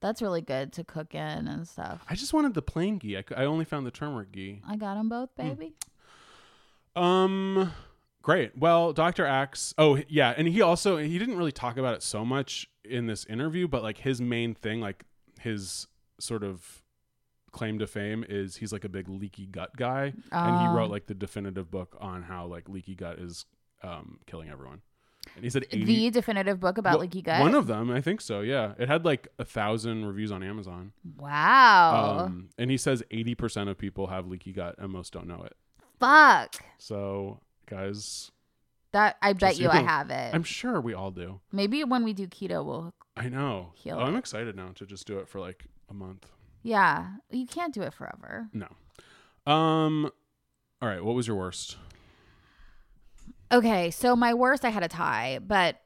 [SPEAKER 3] that's really good to cook in and stuff.
[SPEAKER 2] I just wanted the plain ghee. I, cou- I only found the turmeric ghee.
[SPEAKER 3] I got them both,
[SPEAKER 2] Hmm.
[SPEAKER 3] baby.
[SPEAKER 2] Um great. Well, Dr. Axe, oh yeah, and he also he didn't really talk about it so much in this interview, but like his main thing, like his sort of claim to fame is he's like a big leaky gut guy and he
[SPEAKER 3] Ah.
[SPEAKER 2] wrote like the definitive book on how like leaky gut is um killing everyone. And he said 80
[SPEAKER 3] Um, The definitive book about
[SPEAKER 2] Well,
[SPEAKER 3] leaky gut.
[SPEAKER 2] One of them, I think so. Yeah, it had like a thousand reviews on Amazon.
[SPEAKER 3] wow.
[SPEAKER 2] Um, and he says eighty percent of people have leaky gut, and most don't know it.
[SPEAKER 3] Fuck.
[SPEAKER 2] So, guys,
[SPEAKER 3] That I bet
[SPEAKER 2] so
[SPEAKER 3] you
[SPEAKER 2] you
[SPEAKER 3] I
[SPEAKER 2] can-
[SPEAKER 3] have it.
[SPEAKER 2] I'm sure we all do.
[SPEAKER 3] Maybe when we do keto, we'll.
[SPEAKER 2] I know.
[SPEAKER 3] Heal
[SPEAKER 2] oh, I'm
[SPEAKER 3] it.
[SPEAKER 2] excited now to just do it for like a month.
[SPEAKER 3] Yeah, you can't do it forever.
[SPEAKER 2] No. Um. All right. What was your worst?
[SPEAKER 3] Okay, so my worst, I had a tie, but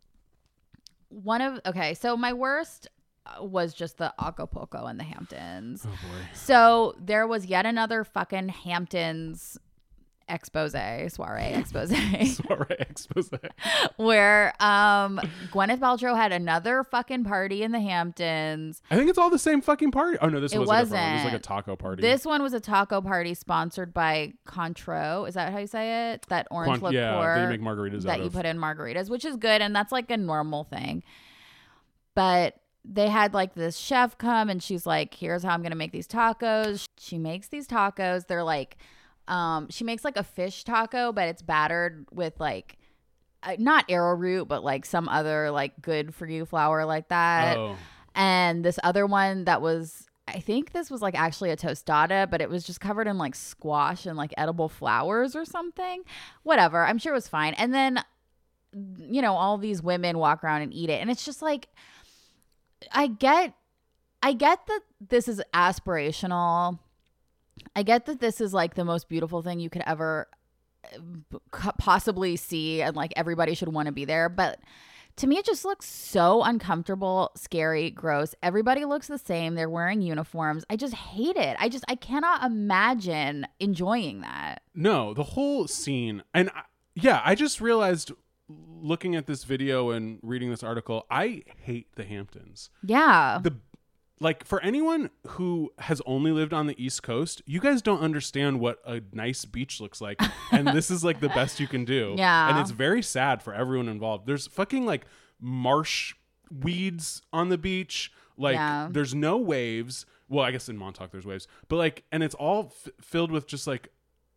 [SPEAKER 3] one of okay, so my worst uh, was just the Acapulco and the Hamptons.
[SPEAKER 2] Oh boy.
[SPEAKER 3] So there was yet another fucking Hamptons expose, soiree expose,
[SPEAKER 2] Sorry, expose.
[SPEAKER 3] where um Gwyneth Paltrow had another fucking party in the Hamptons.
[SPEAKER 2] I think it's all the same fucking party. Oh no, this
[SPEAKER 3] It
[SPEAKER 2] was a different one. It was like a
[SPEAKER 3] wasn't.
[SPEAKER 2] taco party.
[SPEAKER 3] This one was a taco party sponsored by Contro. Is that how you say it? That orange
[SPEAKER 2] Quant-
[SPEAKER 3] liqueur
[SPEAKER 2] yeah, they make margaritas
[SPEAKER 3] that
[SPEAKER 2] out
[SPEAKER 3] you
[SPEAKER 2] of.
[SPEAKER 3] put in margaritas, which is good, and that's like a normal thing. But they had like this chef come, and she's like, "Here's how I'm gonna make these tacos." She makes these tacos. They're like, um, she makes like a fish taco, but it's battered with like. uh, Not arrowroot, but like some other like good for you flour like that
[SPEAKER 2] oh.
[SPEAKER 3] and this other one that was I think this was like actually a tostada, but it was just covered in like squash and like edible flowers or something. Whatever. I'm sure it was fine. And then you know, all these women walk around and eat it. And it's just like I get I get that this is aspirational. I get that this is like the most beautiful thing you could ever uh, b- co- possibly see and like everybody should want to be there, but to me it just looks so uncomfortable, scary, gross. Everybody looks the same. They're wearing uniforms. I just hate it. I just I cannot imagine enjoying that.
[SPEAKER 2] No, the whole scene. And I, yeah, I just realized looking at this video and reading this article, I hate the Hamptons.
[SPEAKER 3] Yeah.
[SPEAKER 2] The like for anyone who has only lived on the East Coast, you guys don't understand what a nice beach looks like, and this is like the best you can do.
[SPEAKER 3] Yeah.
[SPEAKER 2] and it's very sad for everyone involved. There's fucking like marsh weeds on the beach. Like
[SPEAKER 3] Yeah.
[SPEAKER 2] there's no waves. Well, I guess in Montauk there's waves, but like, and it's all f- filled with just like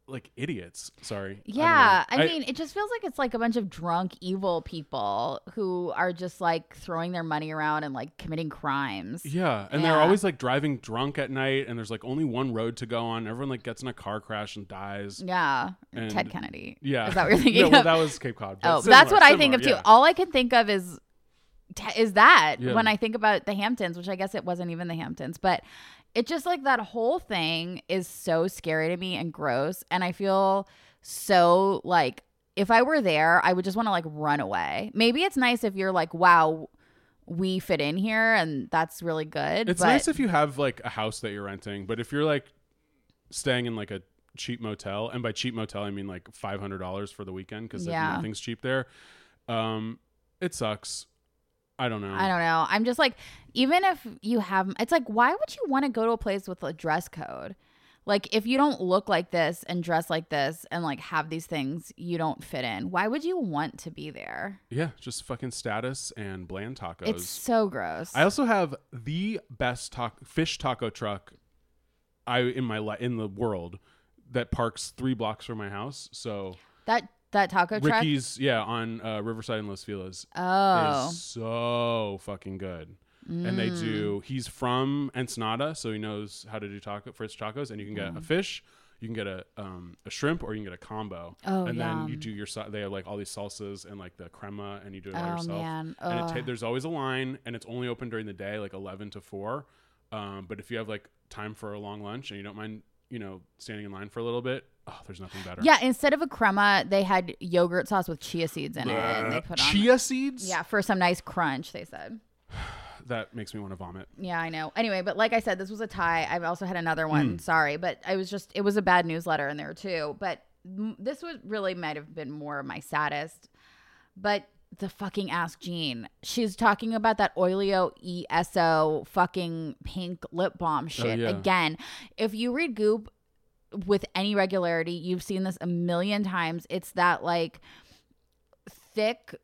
[SPEAKER 2] like idiots. Sorry. I don't know.
[SPEAKER 3] Yeah, I, mean, it just feels like it's like a bunch of drunk, evil people who are just like throwing their money around and like committing crimes.
[SPEAKER 2] Yeah, and they're
[SPEAKER 3] Yeah.
[SPEAKER 2] always like driving drunk at night, and there's like only one road to go on. Everyone like gets in a car crash and dies.
[SPEAKER 3] Yeah,
[SPEAKER 2] And-
[SPEAKER 3] Ted Kennedy.
[SPEAKER 2] Yeah,
[SPEAKER 3] is that what you're thinking
[SPEAKER 2] no, well,
[SPEAKER 3] of?
[SPEAKER 2] that was Cape Cod. but
[SPEAKER 3] oh,
[SPEAKER 2] similar,
[SPEAKER 3] that's what I think of too.
[SPEAKER 2] similar, yeah.
[SPEAKER 3] All I can think of is t- is that
[SPEAKER 2] Yeah.
[SPEAKER 3] when I think about the Hamptons, which I guess it wasn't even the Hamptons, but it just like that whole thing is so scary to me and gross, and I feel so like if I were there, I would just want to like run away. Maybe it's nice if you're like, wow, we fit in here, and that's really good.
[SPEAKER 2] It's
[SPEAKER 3] but
[SPEAKER 2] nice if you have like a house that you're renting, but if you're like staying in like a cheap motel, and by cheap motel I mean like five hundred dollars for the weekend because
[SPEAKER 3] Yeah.
[SPEAKER 2] nothing's cheap there. Um, it sucks. I don't know.
[SPEAKER 3] I don't know. I'm just like, even if you have, it's like, why would you want to go to a place with a dress code? Like, if you don't look like this and dress like this and like have these things you don't fit in, why would you want to be there?
[SPEAKER 2] Yeah, just fucking status and bland tacos.
[SPEAKER 3] It's so gross.
[SPEAKER 2] I also have the best ta- fish taco truck I in my li- in the world that parks three blocks from my house. So
[SPEAKER 3] that that taco truck.
[SPEAKER 2] Ricky's, yeah, on uh, Riverside and Los Feliz
[SPEAKER 3] Oh,
[SPEAKER 2] is so fucking good. And they
[SPEAKER 3] Mm.
[SPEAKER 2] do. He's from Ensenada, so he knows how to do taco fish tacos. And you can get
[SPEAKER 3] Mm.
[SPEAKER 2] a fish, you can get a um, a shrimp, or you can get a combo.
[SPEAKER 3] Oh,
[SPEAKER 2] and then you
[SPEAKER 3] yum.
[SPEAKER 2] do your. sa- They have like all these salsas and like the crema, and you do it all
[SPEAKER 3] Oh,
[SPEAKER 2] yourself.
[SPEAKER 3] man.
[SPEAKER 2] And it ta-
[SPEAKER 3] Ugh.
[SPEAKER 2] there's always a line, and it's only open during the day, like eleven to four. Um, but if you have like time for a long lunch and you don't mind, you know, standing in line for a little bit, oh, there's nothing better.
[SPEAKER 3] yeah. Instead of a crema, they had yogurt sauce with chia seeds in it. And they put on
[SPEAKER 2] Uh, Chia seeds.
[SPEAKER 3] yeah for some nice crunch. They said.
[SPEAKER 2] that makes me want to vomit.
[SPEAKER 3] Yeah, I know. Anyway, but like I said, this was a tie. I've also had another one. Sorry, but I was just it was a bad newsletter in there too. But m- this was really might have been more my saddest. But the fucking ask Jean. She's talking about that Oileo ESO fucking pink lip balm shit
[SPEAKER 2] yeah.
[SPEAKER 3] again. If you read Goop with any regularity, you've seen this a million times. It's that like thick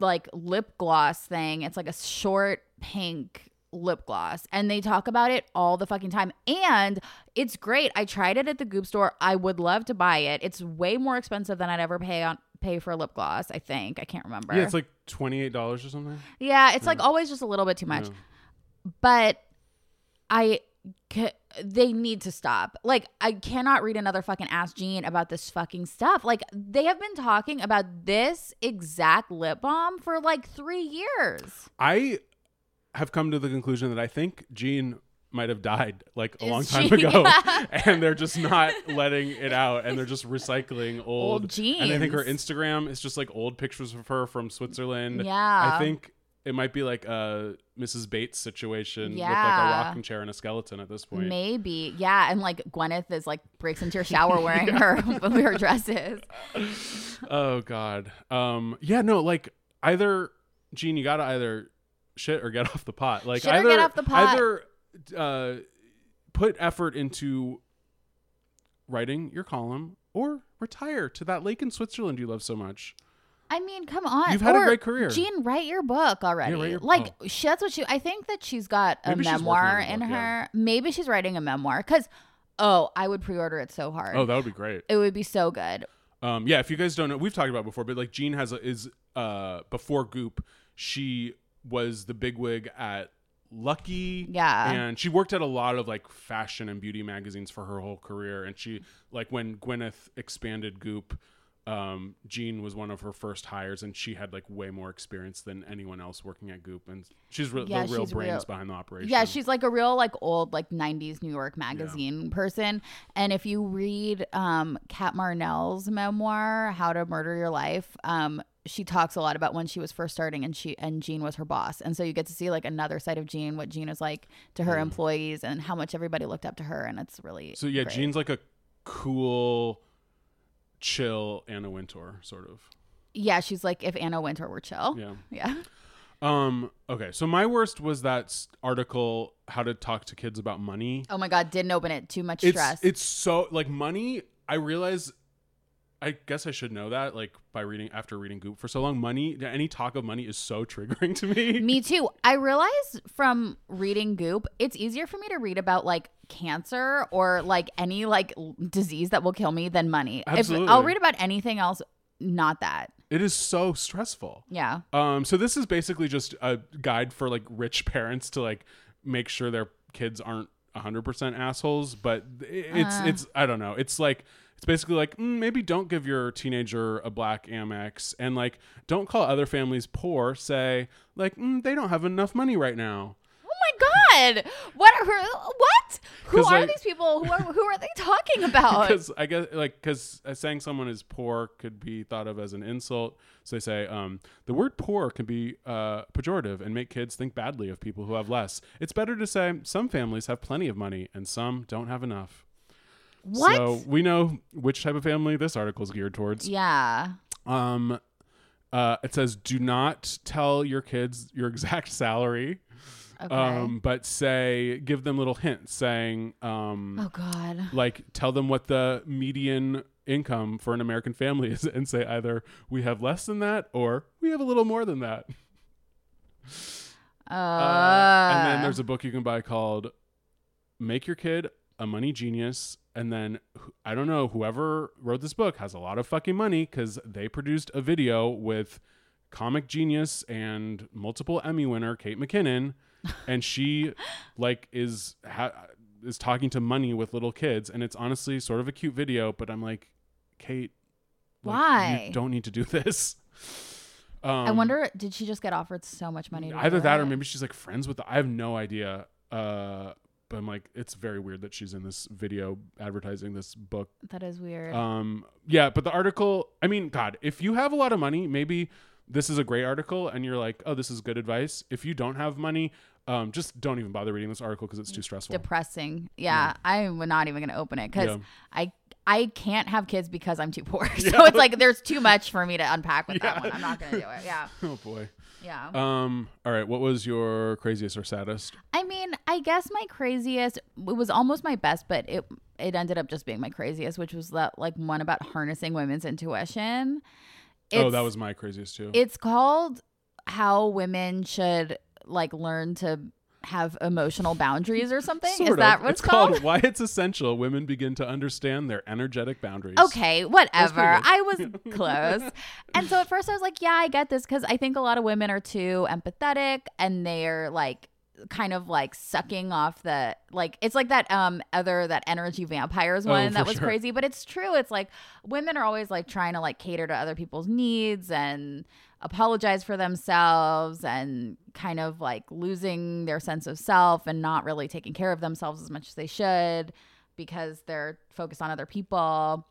[SPEAKER 3] like lip gloss thing. It's like a short pink lip gloss and they talk about it all the fucking time and it's great. I tried it at the Goop store. I would love to buy it. It's way more expensive than I'd ever pay on pay for a lip gloss, I think. I can't remember.
[SPEAKER 2] Yeah, it's like twenty eight dollars or something.
[SPEAKER 3] Yeah, it's like always just a little bit too much.
[SPEAKER 2] Yeah.
[SPEAKER 3] But I c- they need to stop. Like, I cannot read another fucking Ask Jean about this fucking stuff. Like, they have been talking about this exact lip balm for like three years.
[SPEAKER 2] I have come to the conclusion that I think Gene might have died like a
[SPEAKER 3] Is
[SPEAKER 2] long time
[SPEAKER 3] Gene-
[SPEAKER 2] ago,
[SPEAKER 3] Yeah.
[SPEAKER 2] and they're just not letting it out, and they're just recycling old,
[SPEAKER 3] Old
[SPEAKER 2] And I think her
[SPEAKER 3] genes.
[SPEAKER 2] Instagram is just like old pictures of her from Switzerland.
[SPEAKER 3] Yeah.
[SPEAKER 2] I think it might be like a Mrs. Bates situation with like
[SPEAKER 3] Yeah.
[SPEAKER 2] a rocking chair and a skeleton at this point.
[SPEAKER 3] Maybe. Yeah. And like Gwyneth is like breaks into your shower wearing her her dresses.
[SPEAKER 2] oh God. Um. Yeah. No. Like either Gene, you gotta either shit or get off the pot. Like
[SPEAKER 3] Shit or
[SPEAKER 2] either
[SPEAKER 3] get off the pot.
[SPEAKER 2] either uh, put effort into writing your column or retire to that lake in Switzerland you love so much.
[SPEAKER 3] I mean, come on.
[SPEAKER 2] You've had a
[SPEAKER 3] Or,
[SPEAKER 2] great career.
[SPEAKER 3] Jean, write your book already.
[SPEAKER 2] Yeah, write your-
[SPEAKER 3] like,
[SPEAKER 2] oh.
[SPEAKER 3] she, that's what she, I think that she's got a
[SPEAKER 2] Maybe she's working on
[SPEAKER 3] memoir
[SPEAKER 2] a
[SPEAKER 3] in
[SPEAKER 2] book,
[SPEAKER 3] her.
[SPEAKER 2] yeah.
[SPEAKER 3] Maybe she's writing a memoir because, oh, I would pre order it so hard.
[SPEAKER 2] Oh, that would be great.
[SPEAKER 3] it would be so good.
[SPEAKER 2] Um, yeah, if you guys don't know, we've talked about it before, but like Jean has a, is uh before Goop, she was the bigwig at Lucky.
[SPEAKER 3] Yeah.
[SPEAKER 2] and she worked at a lot of like fashion and beauty magazines for her whole career. And she like when Gwyneth expanded Goop, um, Jean was one of her first hires, and she had like way more experience than anyone else working at Goop. And she's re-
[SPEAKER 3] Yeah,
[SPEAKER 2] the real
[SPEAKER 3] she's
[SPEAKER 2] brains
[SPEAKER 3] real-
[SPEAKER 2] behind the operation.
[SPEAKER 3] Yeah, she's like a real like old like '90s New York magazine person. And if you read um Kat Marnell's memoir, How to Murder Your Life, um, she talks a lot about when she was first starting, and she and Jean was her boss, and so you get to see like another side of Jean, what Jean is like to her employees, and how much everybody looked up to her, and it's really
[SPEAKER 2] so yeah,
[SPEAKER 3] great.
[SPEAKER 2] Jean's like a cool, chill Anna Wintour sort of.
[SPEAKER 3] Yeah, she's like if Anna Winter were chill.
[SPEAKER 2] Yeah.
[SPEAKER 3] Yeah.
[SPEAKER 2] Um. Okay. So my worst was that s- article, "How to Talk to Kids About Money."
[SPEAKER 3] Oh my God, didn't open it. Too much
[SPEAKER 2] it's
[SPEAKER 3] stress.
[SPEAKER 2] it's so like money. I realize. I guess I should know that, like, by reading after reading Goop for so long. Money, any talk of money is so triggering to me.
[SPEAKER 3] Me too. I realized from reading Goop, it's easier for me to read about like cancer or like any like l- disease that will kill me than money. If- I'll
[SPEAKER 2] Absolutely.
[SPEAKER 3] read about anything else, not that.
[SPEAKER 2] It is so stressful.
[SPEAKER 3] Yeah.
[SPEAKER 2] Um. So this is basically just a guide for like rich parents to like make sure their kids aren't hundred percent assholes. But it's it's I don't know. It's like it's basically like mm, maybe don't give your teenager a black Amex and like don't call other families poor. Say like mm, they don't have enough money right now.
[SPEAKER 3] Oh my God. What are what? Who
[SPEAKER 2] 'Cause,
[SPEAKER 3] are
[SPEAKER 2] like-
[SPEAKER 3] these people? Who are, who are they talking about?
[SPEAKER 2] Because I guess like because saying someone is poor could be thought of as an insult. So they say um, the word poor can be uh, pejorative and make kids think badly of people who have less. It's better to say some families have plenty of money and some don't have enough.
[SPEAKER 3] What?
[SPEAKER 2] So we know which type of family this article is geared towards.
[SPEAKER 3] yeah.
[SPEAKER 2] Um, uh, it says do not tell your kids your exact salary.
[SPEAKER 3] Okay.
[SPEAKER 2] Um, but say give them little hints saying um,
[SPEAKER 3] oh God.
[SPEAKER 2] like tell them what the median income for an American family is and say either we have less than that or we have a little more than that.
[SPEAKER 3] Uh,
[SPEAKER 2] and then there's a book you can buy called Make Your Kid a Money Genius. And then wh- I don't know, whoever wrote this book has a lot of fucking money because they produced a video with comic genius and multiple Emmy winner Kate McKinnon. And she like is ha- is talking to money with little kids, and it's honestly sort of a cute video. But I'm like, Kate, like, you
[SPEAKER 3] Why?
[SPEAKER 2] don't need to do this? Um,
[SPEAKER 3] I wonder, did she just get offered so much money? To do
[SPEAKER 2] either that or
[SPEAKER 3] it?
[SPEAKER 2] maybe she's like friends with the, i have no idea uh but i'm like it's very weird that she's in this video advertising this book
[SPEAKER 3] That is weird.
[SPEAKER 2] um yeah but the article i mean god if you have a lot of money maybe this is a great article and you're like oh this is good advice if you don't have money um just don't even bother reading this article because it's too stressful
[SPEAKER 3] depressing. Yeah, I'm not even going to open it because
[SPEAKER 2] Yeah.
[SPEAKER 3] I I can't have kids because I'm too poor. so it's like there's too much for me to unpack with that one. I'm not going to do it. Yeah,
[SPEAKER 2] oh boy
[SPEAKER 3] yeah.
[SPEAKER 2] um all right what was your craziest or saddest
[SPEAKER 3] I mean, I guess my craziest it was almost my best, but it it ended up just being my craziest, which was that like one about harnessing women's intuition.
[SPEAKER 2] oh that
[SPEAKER 3] It's-
[SPEAKER 2] was my craziest too
[SPEAKER 3] It's called how women should like learn to have emotional boundaries or something.
[SPEAKER 2] Sort
[SPEAKER 3] Is
[SPEAKER 2] of.
[SPEAKER 3] that what
[SPEAKER 2] it's called? Why it's essential women begin to understand their energetic boundaries.
[SPEAKER 3] Okay, whatever.
[SPEAKER 2] good.
[SPEAKER 3] I was close. And so at first I was like, yeah, I get this because I think a lot of women are too empathetic and they're like kind of like sucking off the like it's like that um other that energy vampires
[SPEAKER 2] Oh,
[SPEAKER 3] one
[SPEAKER 2] for
[SPEAKER 3] that was
[SPEAKER 2] sure.
[SPEAKER 3] crazy but it's true it's like women are always like trying to like cater to other people's needs and apologize for themselves and kind of like losing their sense of self and not really taking care of themselves as much as they should because they're focused on other people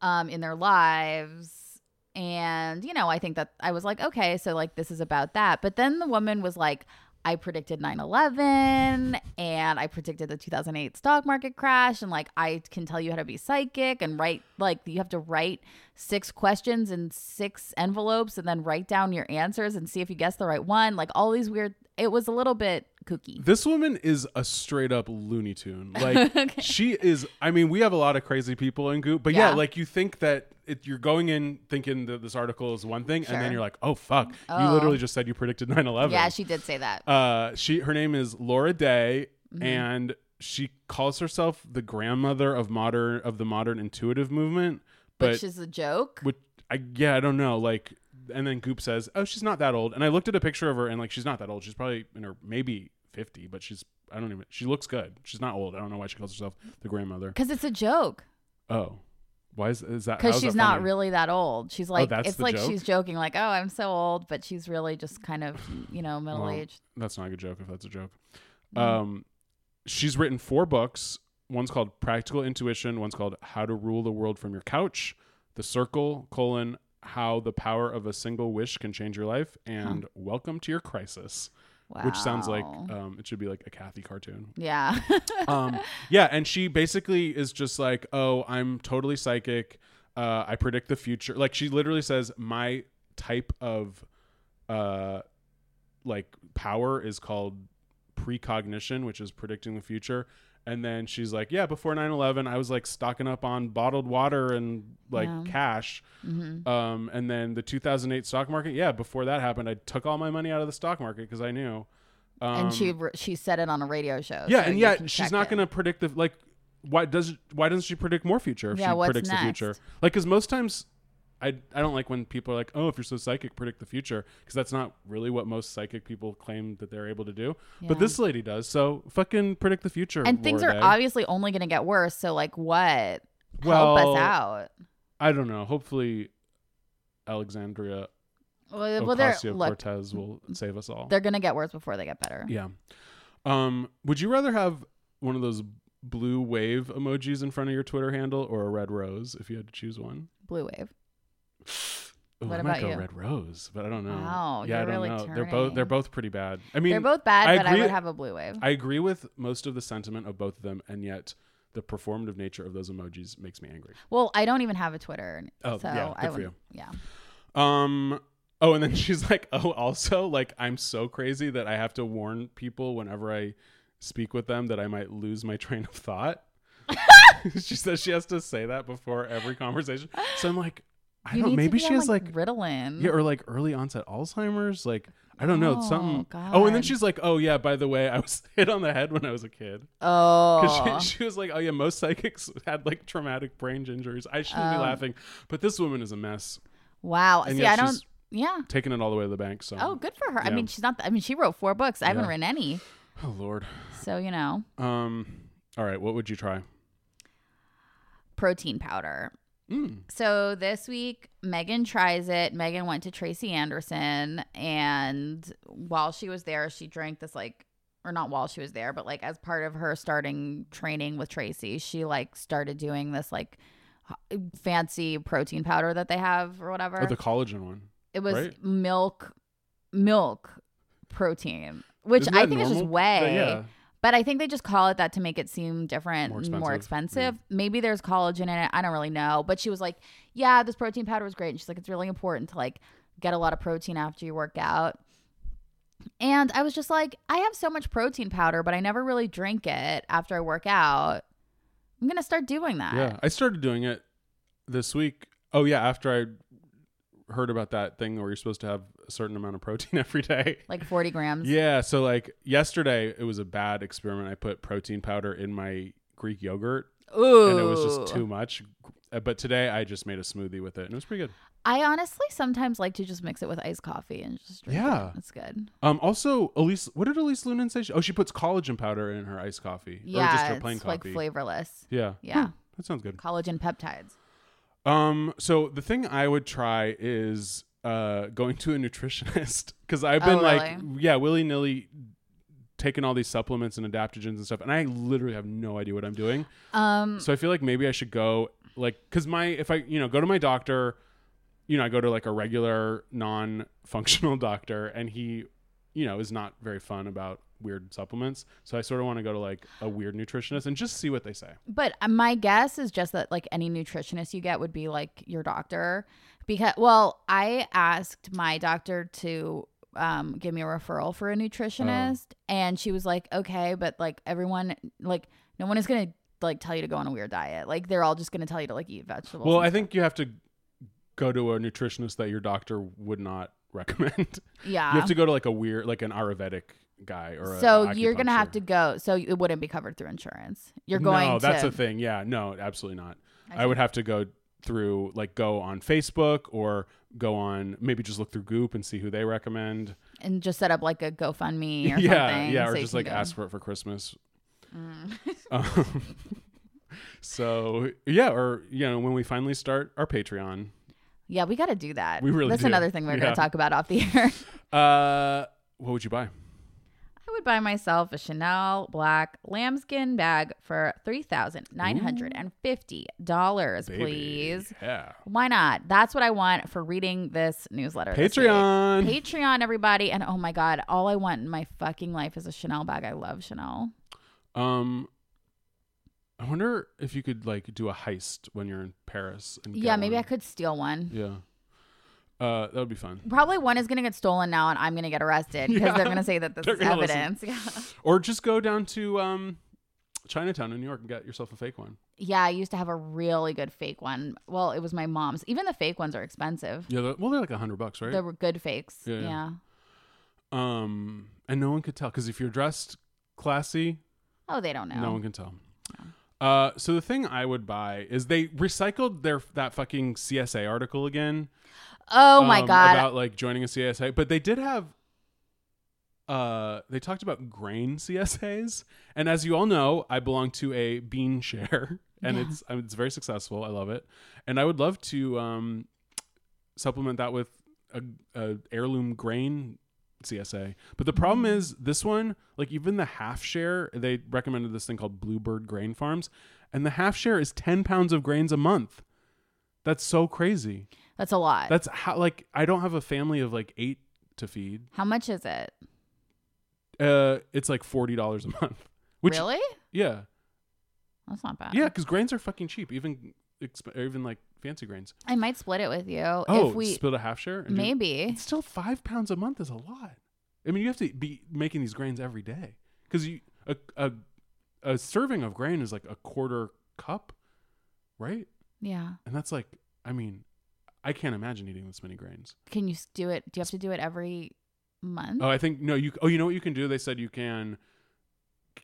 [SPEAKER 3] um in their lives and you know i think that i was like okay so like this is about that but then the woman was like i predicted 9-11 and i predicted the 2008 stock market crash and like i can tell you how to be psychic and write like you have to write six questions in six envelopes and then write down your answers and see if you guess the right one like all these weird it was a little bit kooky
[SPEAKER 2] This woman is a straight up Looney Tune. Like
[SPEAKER 3] Okay.
[SPEAKER 2] she is. I mean, we have a lot of crazy people in Goop, but yeah,
[SPEAKER 3] Yeah.
[SPEAKER 2] like you think that it, you're going in thinking that this article is one thing, and then
[SPEAKER 3] Sure.
[SPEAKER 2] you're like, oh fuck, you
[SPEAKER 3] Oh.
[SPEAKER 2] literally just said you predicted 9/11.
[SPEAKER 3] yeah she did say that
[SPEAKER 2] uh, she her name is Laura Day,
[SPEAKER 3] Mm-hmm.
[SPEAKER 2] and she calls herself the grandmother of modern of the modern intuitive movement. But
[SPEAKER 3] which is a joke
[SPEAKER 2] which I yeah, I don't know. Like, and then Goop says, "Oh, she's not that old." And I looked at a picture of her, and like, she's not that old. She's probably in her maybe fifty, but she's I don't even. She looks good. She's not old. I don't know why she calls herself the grandmother.
[SPEAKER 3] because it's a joke
[SPEAKER 2] Oh, why is, is that?
[SPEAKER 3] because
[SPEAKER 2] how's
[SPEAKER 3] she's
[SPEAKER 2] that
[SPEAKER 3] not
[SPEAKER 2] funny?
[SPEAKER 3] really that old. She's like,
[SPEAKER 2] Oh, that's
[SPEAKER 3] it's
[SPEAKER 2] the
[SPEAKER 3] like
[SPEAKER 2] joke?
[SPEAKER 3] she's joking, like, oh, I'm so old, but she's really just kind of, you know, middle
[SPEAKER 2] Well,
[SPEAKER 3] aged.
[SPEAKER 2] That's not a good joke. If that's a joke,
[SPEAKER 3] Mm-hmm.
[SPEAKER 2] um, she's written four books. One's called Practical Intuition. One's called How to Rule the World from Your Couch. The Circle colon How the Power of a Single Wish Can Change Your Life, and Welcome to Your Crisis.
[SPEAKER 3] Wow.
[SPEAKER 2] which sounds like um, it should be like a Kathy cartoon.
[SPEAKER 3] yeah,
[SPEAKER 2] Um, yeah, and she basically is just like, "Oh, I'm totally psychic. Uh, I predict the future." Like she literally says, "My type of uh, like power is called precognition, which is predicting the future." And then she's like, "Yeah, before 9/11, I was like stocking up on bottled water and like
[SPEAKER 3] Yeah.
[SPEAKER 2] cash."
[SPEAKER 3] Mhm.
[SPEAKER 2] Um, and then the 2008 stock market. Yeah, before that happened, I took all my money out of the stock market because I knew. Um,
[SPEAKER 3] and she re- she said it on a radio show.
[SPEAKER 2] yeah,
[SPEAKER 3] so
[SPEAKER 2] and
[SPEAKER 3] you
[SPEAKER 2] yet
[SPEAKER 3] can
[SPEAKER 2] she's
[SPEAKER 3] check
[SPEAKER 2] not
[SPEAKER 3] it.
[SPEAKER 2] going to predict the like. Why does why doesn't she predict more future if
[SPEAKER 3] Yeah,
[SPEAKER 2] she
[SPEAKER 3] what's
[SPEAKER 2] predicts the
[SPEAKER 3] next?
[SPEAKER 2] future? Like, because most times, I I don't like when people are like, oh, if you're so psychic, predict the future, because that's not really what most psychic people claim that they're able to do. But
[SPEAKER 3] Yeah.
[SPEAKER 2] this lady does, so fucking predict the future.
[SPEAKER 3] And things
[SPEAKER 2] Laura
[SPEAKER 3] are
[SPEAKER 2] Day.
[SPEAKER 3] obviously only going to get worse. So like, what? Help
[SPEAKER 2] Well,
[SPEAKER 3] us out.
[SPEAKER 2] I don't know. Hopefully, Alexandria
[SPEAKER 3] Uh, Well, well, they're
[SPEAKER 2] Ocasio
[SPEAKER 3] look,
[SPEAKER 2] Cortez will save us all.
[SPEAKER 3] they're going to get worse before they get better.
[SPEAKER 2] Yeah. Um, would you rather have one of those blue wave emojis in front of your Twitter handle or a red rose if you had to choose one?
[SPEAKER 3] Blue wave.
[SPEAKER 2] Ooh,
[SPEAKER 3] What
[SPEAKER 2] I might
[SPEAKER 3] about
[SPEAKER 2] go
[SPEAKER 3] you?
[SPEAKER 2] red rose, but I don't know.
[SPEAKER 3] Wow,
[SPEAKER 2] yeah, I
[SPEAKER 3] you're
[SPEAKER 2] don't
[SPEAKER 3] really
[SPEAKER 2] know. They're both they're
[SPEAKER 3] turning.
[SPEAKER 2] both pretty bad. I mean,
[SPEAKER 3] they're both bad,
[SPEAKER 2] I
[SPEAKER 3] but
[SPEAKER 2] agree-
[SPEAKER 3] I would have a blue wave.
[SPEAKER 2] I agree with most of the sentiment of both of them, and yet the performative nature of those emojis makes me angry.
[SPEAKER 3] well, I don't even have a Twitter.
[SPEAKER 2] Oh,
[SPEAKER 3] so
[SPEAKER 2] yeah, good
[SPEAKER 3] I
[SPEAKER 2] for
[SPEAKER 3] would-
[SPEAKER 2] you.
[SPEAKER 3] Yeah.
[SPEAKER 2] Um. Oh, and then she's like, "Oh, also, like, I'm so crazy that I have to warn people whenever I speak with them that I might lose my train of thought." she says she has to say that before every conversation. So I'm like, I
[SPEAKER 3] You
[SPEAKER 2] don't.
[SPEAKER 3] need to
[SPEAKER 2] Maybe
[SPEAKER 3] be
[SPEAKER 2] she
[SPEAKER 3] on,
[SPEAKER 2] has like,
[SPEAKER 3] Ritalin.
[SPEAKER 2] yeah, or like early onset Alzheimer's. Like, I don't know,
[SPEAKER 3] Oh,
[SPEAKER 2] something. Oh, and then
[SPEAKER 3] God.
[SPEAKER 2] she's like, "Oh yeah, by the way, I was hit on the head when I was a kid."
[SPEAKER 3] oh,
[SPEAKER 2] Because she, she was like, "Oh yeah, most psychics had like traumatic brain injuries." I shouldn't be
[SPEAKER 3] Oh.
[SPEAKER 2] laughing, but this woman is a mess,
[SPEAKER 3] Wow.
[SPEAKER 2] And
[SPEAKER 3] See,
[SPEAKER 2] yet
[SPEAKER 3] I don't.
[SPEAKER 2] she's-
[SPEAKER 3] Yeah.
[SPEAKER 2] taking it all the way to the bank. So
[SPEAKER 3] Oh, good for her. I
[SPEAKER 2] yeah.
[SPEAKER 3] mean, she's not. I mean, she wrote four books. I haven't
[SPEAKER 2] Yeah.
[SPEAKER 3] written any.
[SPEAKER 2] Oh Lord.
[SPEAKER 3] So you know,
[SPEAKER 2] Um. All right. What would you try?
[SPEAKER 3] protein powder.
[SPEAKER 2] Mm.
[SPEAKER 3] So this week, Megan tries it. Megan went to Tracy Anderson, and while she was there, she drank this like, or not while she was there, but like as part of her starting training with Tracy, she like started doing this like h- fancy protein powder that they have or whatever.
[SPEAKER 2] Oh, the collagen one.
[SPEAKER 3] It was
[SPEAKER 2] right?
[SPEAKER 3] milk, milk protein, which
[SPEAKER 2] Isn't
[SPEAKER 3] I
[SPEAKER 2] that
[SPEAKER 3] think is just
[SPEAKER 2] normal?
[SPEAKER 3] whey.
[SPEAKER 2] Yeah.
[SPEAKER 3] But I think they just call it that to make it seem different,
[SPEAKER 2] More
[SPEAKER 3] and more
[SPEAKER 2] expensive.
[SPEAKER 3] expensive. Maybe there's collagen in it. I don't really know. But she was like, "Yeah, this protein powder was great." And she's like, "It's really important to like get a lot of protein after you work out." And I was just like, "I have so much protein powder, but I never really drink it after I work out. I'm gonna start doing that."
[SPEAKER 2] Yeah. I started doing it this week. Oh yeah. After I heard about that thing where you're supposed to have a certain amount of protein every day.
[SPEAKER 3] Like 40 grams.
[SPEAKER 2] Yeah. So like yesterday, it was a bad experiment. I put protein powder in my Greek yogurt,
[SPEAKER 3] Ooh.
[SPEAKER 2] and it was just too much. Uh, But today I just made a smoothie with it, and it was pretty good.
[SPEAKER 3] I honestly sometimes like to just mix it with iced coffee and just drink
[SPEAKER 2] Yeah.
[SPEAKER 3] it. That's good.
[SPEAKER 2] Um, also, Elise, what did Elise Lunin say? She- Oh, she puts collagen powder in her iced coffee,
[SPEAKER 3] Yeah,
[SPEAKER 2] or just her plain
[SPEAKER 3] it's
[SPEAKER 2] coffee. Mm.
[SPEAKER 3] like flavorless.
[SPEAKER 2] yeah,
[SPEAKER 3] Yeah,
[SPEAKER 2] that sounds good.
[SPEAKER 3] collagen peptides.
[SPEAKER 2] Um, so the thing I would try is uh going to a nutritionist because I've
[SPEAKER 3] Oh,
[SPEAKER 2] been like, yeah, willy nilly taking all these supplements and adaptogens and stuff, and I literally have no idea what I'm doing.
[SPEAKER 3] Um,
[SPEAKER 2] So I feel like maybe I should go like because my if I you know go to my doctor, you know I go to like a regular non-functional doctor, and he you know is not very fun about weird supplements. So I sort of want to go to like a weird nutritionist and just see what they say.
[SPEAKER 3] But uh, my guess is just that like any nutritionist you get would be like your doctor because well, I asked my doctor to um give me a referral for
[SPEAKER 2] Oh.
[SPEAKER 3] a nutritionist and she was like, "Okay, but like everyone like no one is going to like tell you to go on a weird diet. Like they're all just going to tell you to like eat vegetables."
[SPEAKER 2] Well,
[SPEAKER 3] and
[SPEAKER 2] I think you have to go to a nutritionist that your doctor would not recommend.
[SPEAKER 3] stuff." yeah.
[SPEAKER 2] you have to go to like a weird like an Ayurvedic guy or a
[SPEAKER 3] Ah. so you're going to
[SPEAKER 2] acupuncture.
[SPEAKER 3] have to go so it wouldn't be covered through insurance. You're going
[SPEAKER 2] no,
[SPEAKER 3] to
[SPEAKER 2] that's the thing. Yeah, no, absolutely not. I, would have to go through like go on Facebook or go on maybe just look through Goop and see who they recommend.
[SPEAKER 3] and just set up like a GoFundMe or
[SPEAKER 2] yeah,
[SPEAKER 3] something.
[SPEAKER 2] yeah,
[SPEAKER 3] so
[SPEAKER 2] or
[SPEAKER 3] you
[SPEAKER 2] just
[SPEAKER 3] can
[SPEAKER 2] like
[SPEAKER 3] go. Mm.
[SPEAKER 2] ask for it for Christmas. Um, so yeah, or you know when we finally start our Patreon.
[SPEAKER 3] Yeah, we got to do that.
[SPEAKER 2] We really
[SPEAKER 3] That's
[SPEAKER 2] do.
[SPEAKER 3] another thing we're going
[SPEAKER 2] Yeah.
[SPEAKER 3] to talk about off the air.
[SPEAKER 2] Uh, what would you buy?
[SPEAKER 3] I would buy myself a Chanel black lambskin bag for $3,950,
[SPEAKER 2] Baby.
[SPEAKER 3] please.
[SPEAKER 2] Yeah.
[SPEAKER 3] Why not? That's what I want for reading this newsletter. this week.
[SPEAKER 2] Patreon.
[SPEAKER 3] Patreon, everybody. And oh my God, all I want in my fucking life is a Chanel bag. I love Chanel.
[SPEAKER 2] Um, I wonder if you could like do a heist when you're in Paris. And
[SPEAKER 3] yeah,
[SPEAKER 2] get
[SPEAKER 3] maybe
[SPEAKER 2] one.
[SPEAKER 3] I could steal one.
[SPEAKER 2] Yeah, uh, that would be fun.
[SPEAKER 3] Probably one is going to get stolen now and I'm going to get arrested because
[SPEAKER 2] Yeah.
[SPEAKER 3] they're going to say that this
[SPEAKER 2] They're
[SPEAKER 3] is
[SPEAKER 2] gonna listen.
[SPEAKER 3] evidence. Yeah.
[SPEAKER 2] Or just go down to um, Chinatown in New York and get yourself a fake one.
[SPEAKER 3] yeah, I used to have a really good fake one. Well, it was my mom's. Even the fake ones are expensive.
[SPEAKER 2] Yeah, they're, well, they're like a hundred bucks, right?
[SPEAKER 3] They were good fakes.
[SPEAKER 2] Yeah,
[SPEAKER 3] Yeah.
[SPEAKER 2] yeah. um, and no one could tell because if you're dressed classy,
[SPEAKER 3] Oh, they don't know.
[SPEAKER 2] no one can tell. Uh, so the thing I would buy is they recycled their that fucking CSA article again.
[SPEAKER 3] oh my
[SPEAKER 2] um,
[SPEAKER 3] god.
[SPEAKER 2] about like joining a CSA. But they did have uh they talked about grain CSAs. And as you all know, I belong to a bean share and it's I mean, it's very successful. I love it. And I would love to um supplement that with a, a heirloom grain CSA. But the problem
[SPEAKER 3] Mm-hmm.
[SPEAKER 2] is this one, like even the half share, they recommended this thing called Bluebird Grain Farms, and the half share is 10 pounds of grains a month. That's so crazy.
[SPEAKER 3] That's a lot.
[SPEAKER 2] That's how like I don't have a family of like eight to feed.
[SPEAKER 3] How much is it?
[SPEAKER 2] Uh, it's like forty dollars a month. Which
[SPEAKER 3] really?
[SPEAKER 2] yeah,
[SPEAKER 3] That's not bad.
[SPEAKER 2] yeah, because grains are fucking cheap. Even exp- or even like fancy grains.
[SPEAKER 3] I might split it with you
[SPEAKER 2] oh,
[SPEAKER 3] if we
[SPEAKER 2] split a half share. and do-
[SPEAKER 3] maybe.
[SPEAKER 2] it's still five pounds a month is a lot. I mean, you have to be making these grains every day because you a, a a serving of grain is like a quarter cup, right?
[SPEAKER 3] Yeah.
[SPEAKER 2] And that's like I mean, I can't imagine eating this many grains.
[SPEAKER 3] Can you s- do it? Do you have to do it every month?
[SPEAKER 2] Oh, I think no. You oh, you know what you can do? They said you can,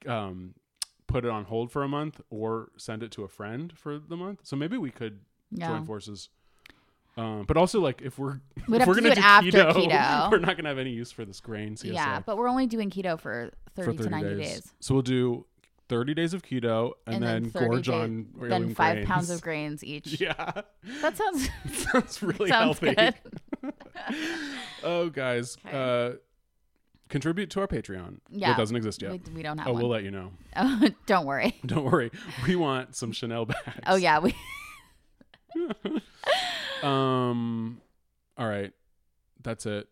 [SPEAKER 2] um, put it on hold for a month or send it to a friend for the month. So maybe we could
[SPEAKER 3] yeah.
[SPEAKER 2] join forces. Um, but also like if we're
[SPEAKER 3] We'd
[SPEAKER 2] if
[SPEAKER 3] have
[SPEAKER 2] we're
[SPEAKER 3] to
[SPEAKER 2] gonna
[SPEAKER 3] do it
[SPEAKER 2] do
[SPEAKER 3] after keto.
[SPEAKER 2] we're not gonna have any use for this grain CSA
[SPEAKER 3] Yeah, but we're only doing keto for 30,
[SPEAKER 2] for
[SPEAKER 3] to 90 days.
[SPEAKER 2] So we'll do thirty days of keto and, then,
[SPEAKER 3] 30
[SPEAKER 2] gorge
[SPEAKER 3] days-
[SPEAKER 2] on
[SPEAKER 3] then
[SPEAKER 2] heirloom
[SPEAKER 3] five
[SPEAKER 2] grains.
[SPEAKER 3] pounds of grains each.
[SPEAKER 2] Yeah,
[SPEAKER 3] That sounds
[SPEAKER 2] sounds really
[SPEAKER 3] sounds
[SPEAKER 2] healthy.
[SPEAKER 3] good.
[SPEAKER 2] Oh, guys, uh, contribute to our Patreon.
[SPEAKER 3] Yeah.
[SPEAKER 2] it doesn't exist yet.
[SPEAKER 3] We, we don't have
[SPEAKER 2] oh,
[SPEAKER 3] one.
[SPEAKER 2] we'll let you know.
[SPEAKER 3] oh, don't worry.
[SPEAKER 2] Don't worry. We want some Chanel bags.
[SPEAKER 3] Oh yeah, we
[SPEAKER 2] Um all right. That's it.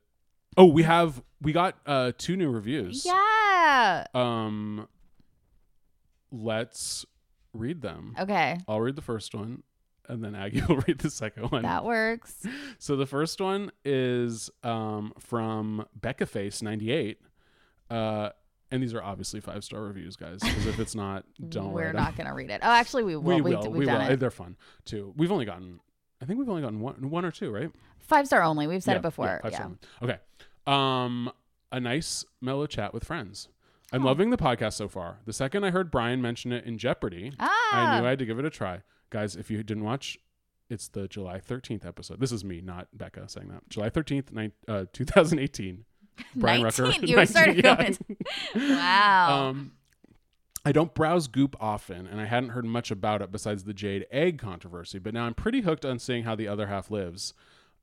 [SPEAKER 2] Oh, we have we got uh two new reviews.
[SPEAKER 3] yeah.
[SPEAKER 2] Um let's read them.
[SPEAKER 3] Okay,
[SPEAKER 2] I'll read the first one and then Aggie will read the second one.
[SPEAKER 3] that works.
[SPEAKER 2] So the first one is um from Becca Face 98. Uh and these are obviously five star reviews, guys. Because if it's not, don't
[SPEAKER 3] We're
[SPEAKER 2] write 'em.
[SPEAKER 3] not gonna read it. Oh, actually, we will.
[SPEAKER 2] we
[SPEAKER 3] We
[SPEAKER 2] will.
[SPEAKER 3] have
[SPEAKER 2] We
[SPEAKER 3] done
[SPEAKER 2] will.
[SPEAKER 3] it.
[SPEAKER 2] They're fun too. We've only gotten, I think we've only gotten one, one or two, right?
[SPEAKER 3] Five star only. We've said
[SPEAKER 2] Yeah,
[SPEAKER 3] it before.
[SPEAKER 2] five
[SPEAKER 3] Yeah.
[SPEAKER 2] seven. Okay. Um, a nice mellow chat with friends.
[SPEAKER 3] Oh.
[SPEAKER 2] I'm loving the podcast so far. The second I heard Brian mention it in Jeopardy, I
[SPEAKER 3] Ah.
[SPEAKER 2] knew I had to give it a try. Guys, if you didn't watch It's the July 13th episode. This is me, not Becca, saying that. July 13th, nine, uh, 2018. Brian Rucker.
[SPEAKER 3] 19? You were starting
[SPEAKER 2] yeah.
[SPEAKER 3] Wow.
[SPEAKER 2] Um, I don't browse Goop often, and I hadn't heard much about it besides the jade egg controversy, but now I'm pretty hooked on seeing how the other half lives.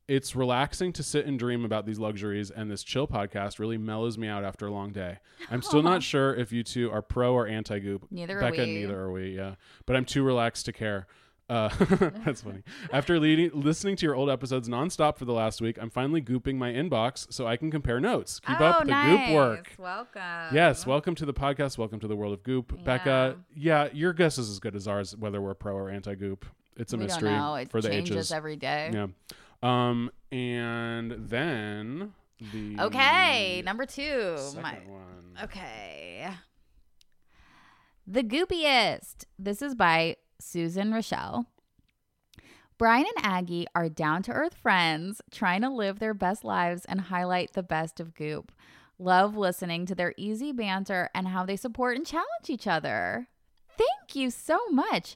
[SPEAKER 2] It's relaxing to sit and dream about these luxuries, and this chill podcast really mellows me out after a long day. I'm still not sure if you two are pro or anti Goop.
[SPEAKER 3] Neither are
[SPEAKER 2] Becca,
[SPEAKER 3] we.
[SPEAKER 2] neither are we, yeah. But I'm too relaxed to care. Uh, that's funny. After leading, listening to your old episodes nonstop for the last week, I'm finally gooping my inbox so I can compare notes. Keep up
[SPEAKER 3] oh,
[SPEAKER 2] the
[SPEAKER 3] nice.
[SPEAKER 2] goop work.
[SPEAKER 3] Welcome.
[SPEAKER 2] Yes, welcome to the podcast. Welcome to the world of Goop. Becca, yeah, your guess is as good as ours whether we're pro or anti Goop. It's a
[SPEAKER 3] we
[SPEAKER 2] mystery
[SPEAKER 3] don't know. It
[SPEAKER 2] for the
[SPEAKER 3] changes
[SPEAKER 2] ages.
[SPEAKER 3] every day.
[SPEAKER 2] yeah. Um and then the
[SPEAKER 3] Okay, number two.
[SPEAKER 2] Mm. second
[SPEAKER 3] My-
[SPEAKER 2] one.
[SPEAKER 3] okay. The Goopiest. This is by Susan Rochelle. Brian and Aggie are down to earth friends trying to live their best lives and highlight the best of Goop. Love listening to their easy banter and how they support and challenge each other. Thank you so much.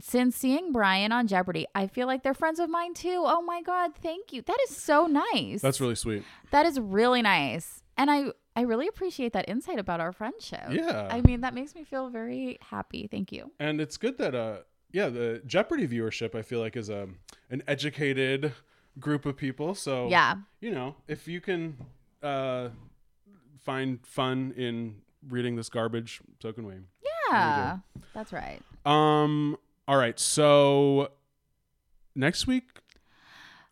[SPEAKER 3] Since seeing Brian on Jeopardy, I feel like they're friends of mine too. Oh my God, thank you. That is so nice.
[SPEAKER 2] That's really sweet.
[SPEAKER 3] That is really nice. And I I really appreciate that insight about our friendship.
[SPEAKER 2] Yeah.
[SPEAKER 3] I mean, that makes me feel very happy. Thank you.
[SPEAKER 2] And it's good that uh yeah, the Jeopardy viewership I feel like is a an educated group of people. So
[SPEAKER 3] Yeah.
[SPEAKER 2] you know, if you can uh find fun in reading this garbage, so can we.
[SPEAKER 3] Yeah. That's right.
[SPEAKER 2] Um. All right. So next week,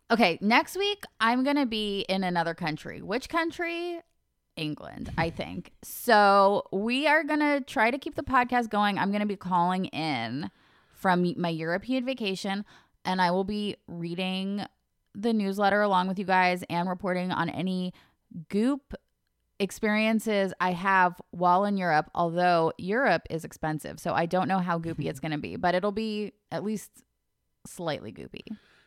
[SPEAKER 3] Okay, next week I'm going to be in another country. Which country? England, I think. So, we are going to try to keep the podcast going. I'm going to be calling in from my European vacation and I will be reading the newsletter along with you guys and reporting on any goop experiences I have while in Europe, although Europe is expensive. So, I don't know how goopy it's going to be, but it'll be at least slightly goopy.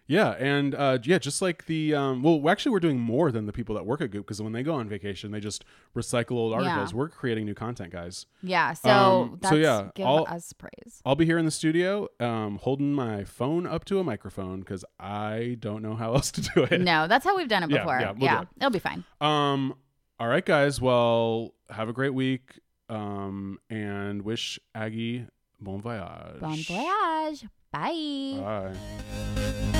[SPEAKER 2] yeah, and uh, yeah, just like the um, well, actually, we're doing more than the people that work at Goop because when they go on vacation, they just recycle old
[SPEAKER 3] Yeah.
[SPEAKER 2] articles. We're creating new content, guys.
[SPEAKER 3] Yeah. So
[SPEAKER 2] Um,
[SPEAKER 3] that's
[SPEAKER 2] so yeah,
[SPEAKER 3] give
[SPEAKER 2] I'll-
[SPEAKER 3] us praise.
[SPEAKER 2] I'll be here in the studio, um, holding my phone up to a microphone because I don't know how else to do it.
[SPEAKER 3] No, that's how we've done it
[SPEAKER 2] Yeah,
[SPEAKER 3] before.
[SPEAKER 2] yeah,
[SPEAKER 3] Yeah,
[SPEAKER 2] we'll do it.
[SPEAKER 3] it'll be fine.
[SPEAKER 2] Um. All right, guys. Well, have a great week. Um, and wish Aggie bon voyage.
[SPEAKER 3] Bon voyage. Bye.
[SPEAKER 2] Bye.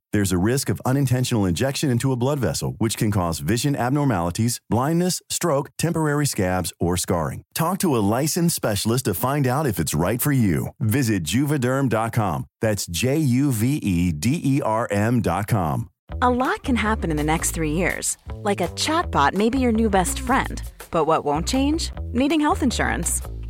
[SPEAKER 4] There's a risk of unintentional injection into a blood vessel, which can cause vision abnormalities, blindness, stroke, temporary scabs, or scarring. Talk to a licensed specialist to find out if it's right for you. Visit juvederm.com. That's J U V E D E R M.com.
[SPEAKER 5] A lot can happen in the next three years. Like a chatbot may be your new best friend. But what won't change? Needing health insurance.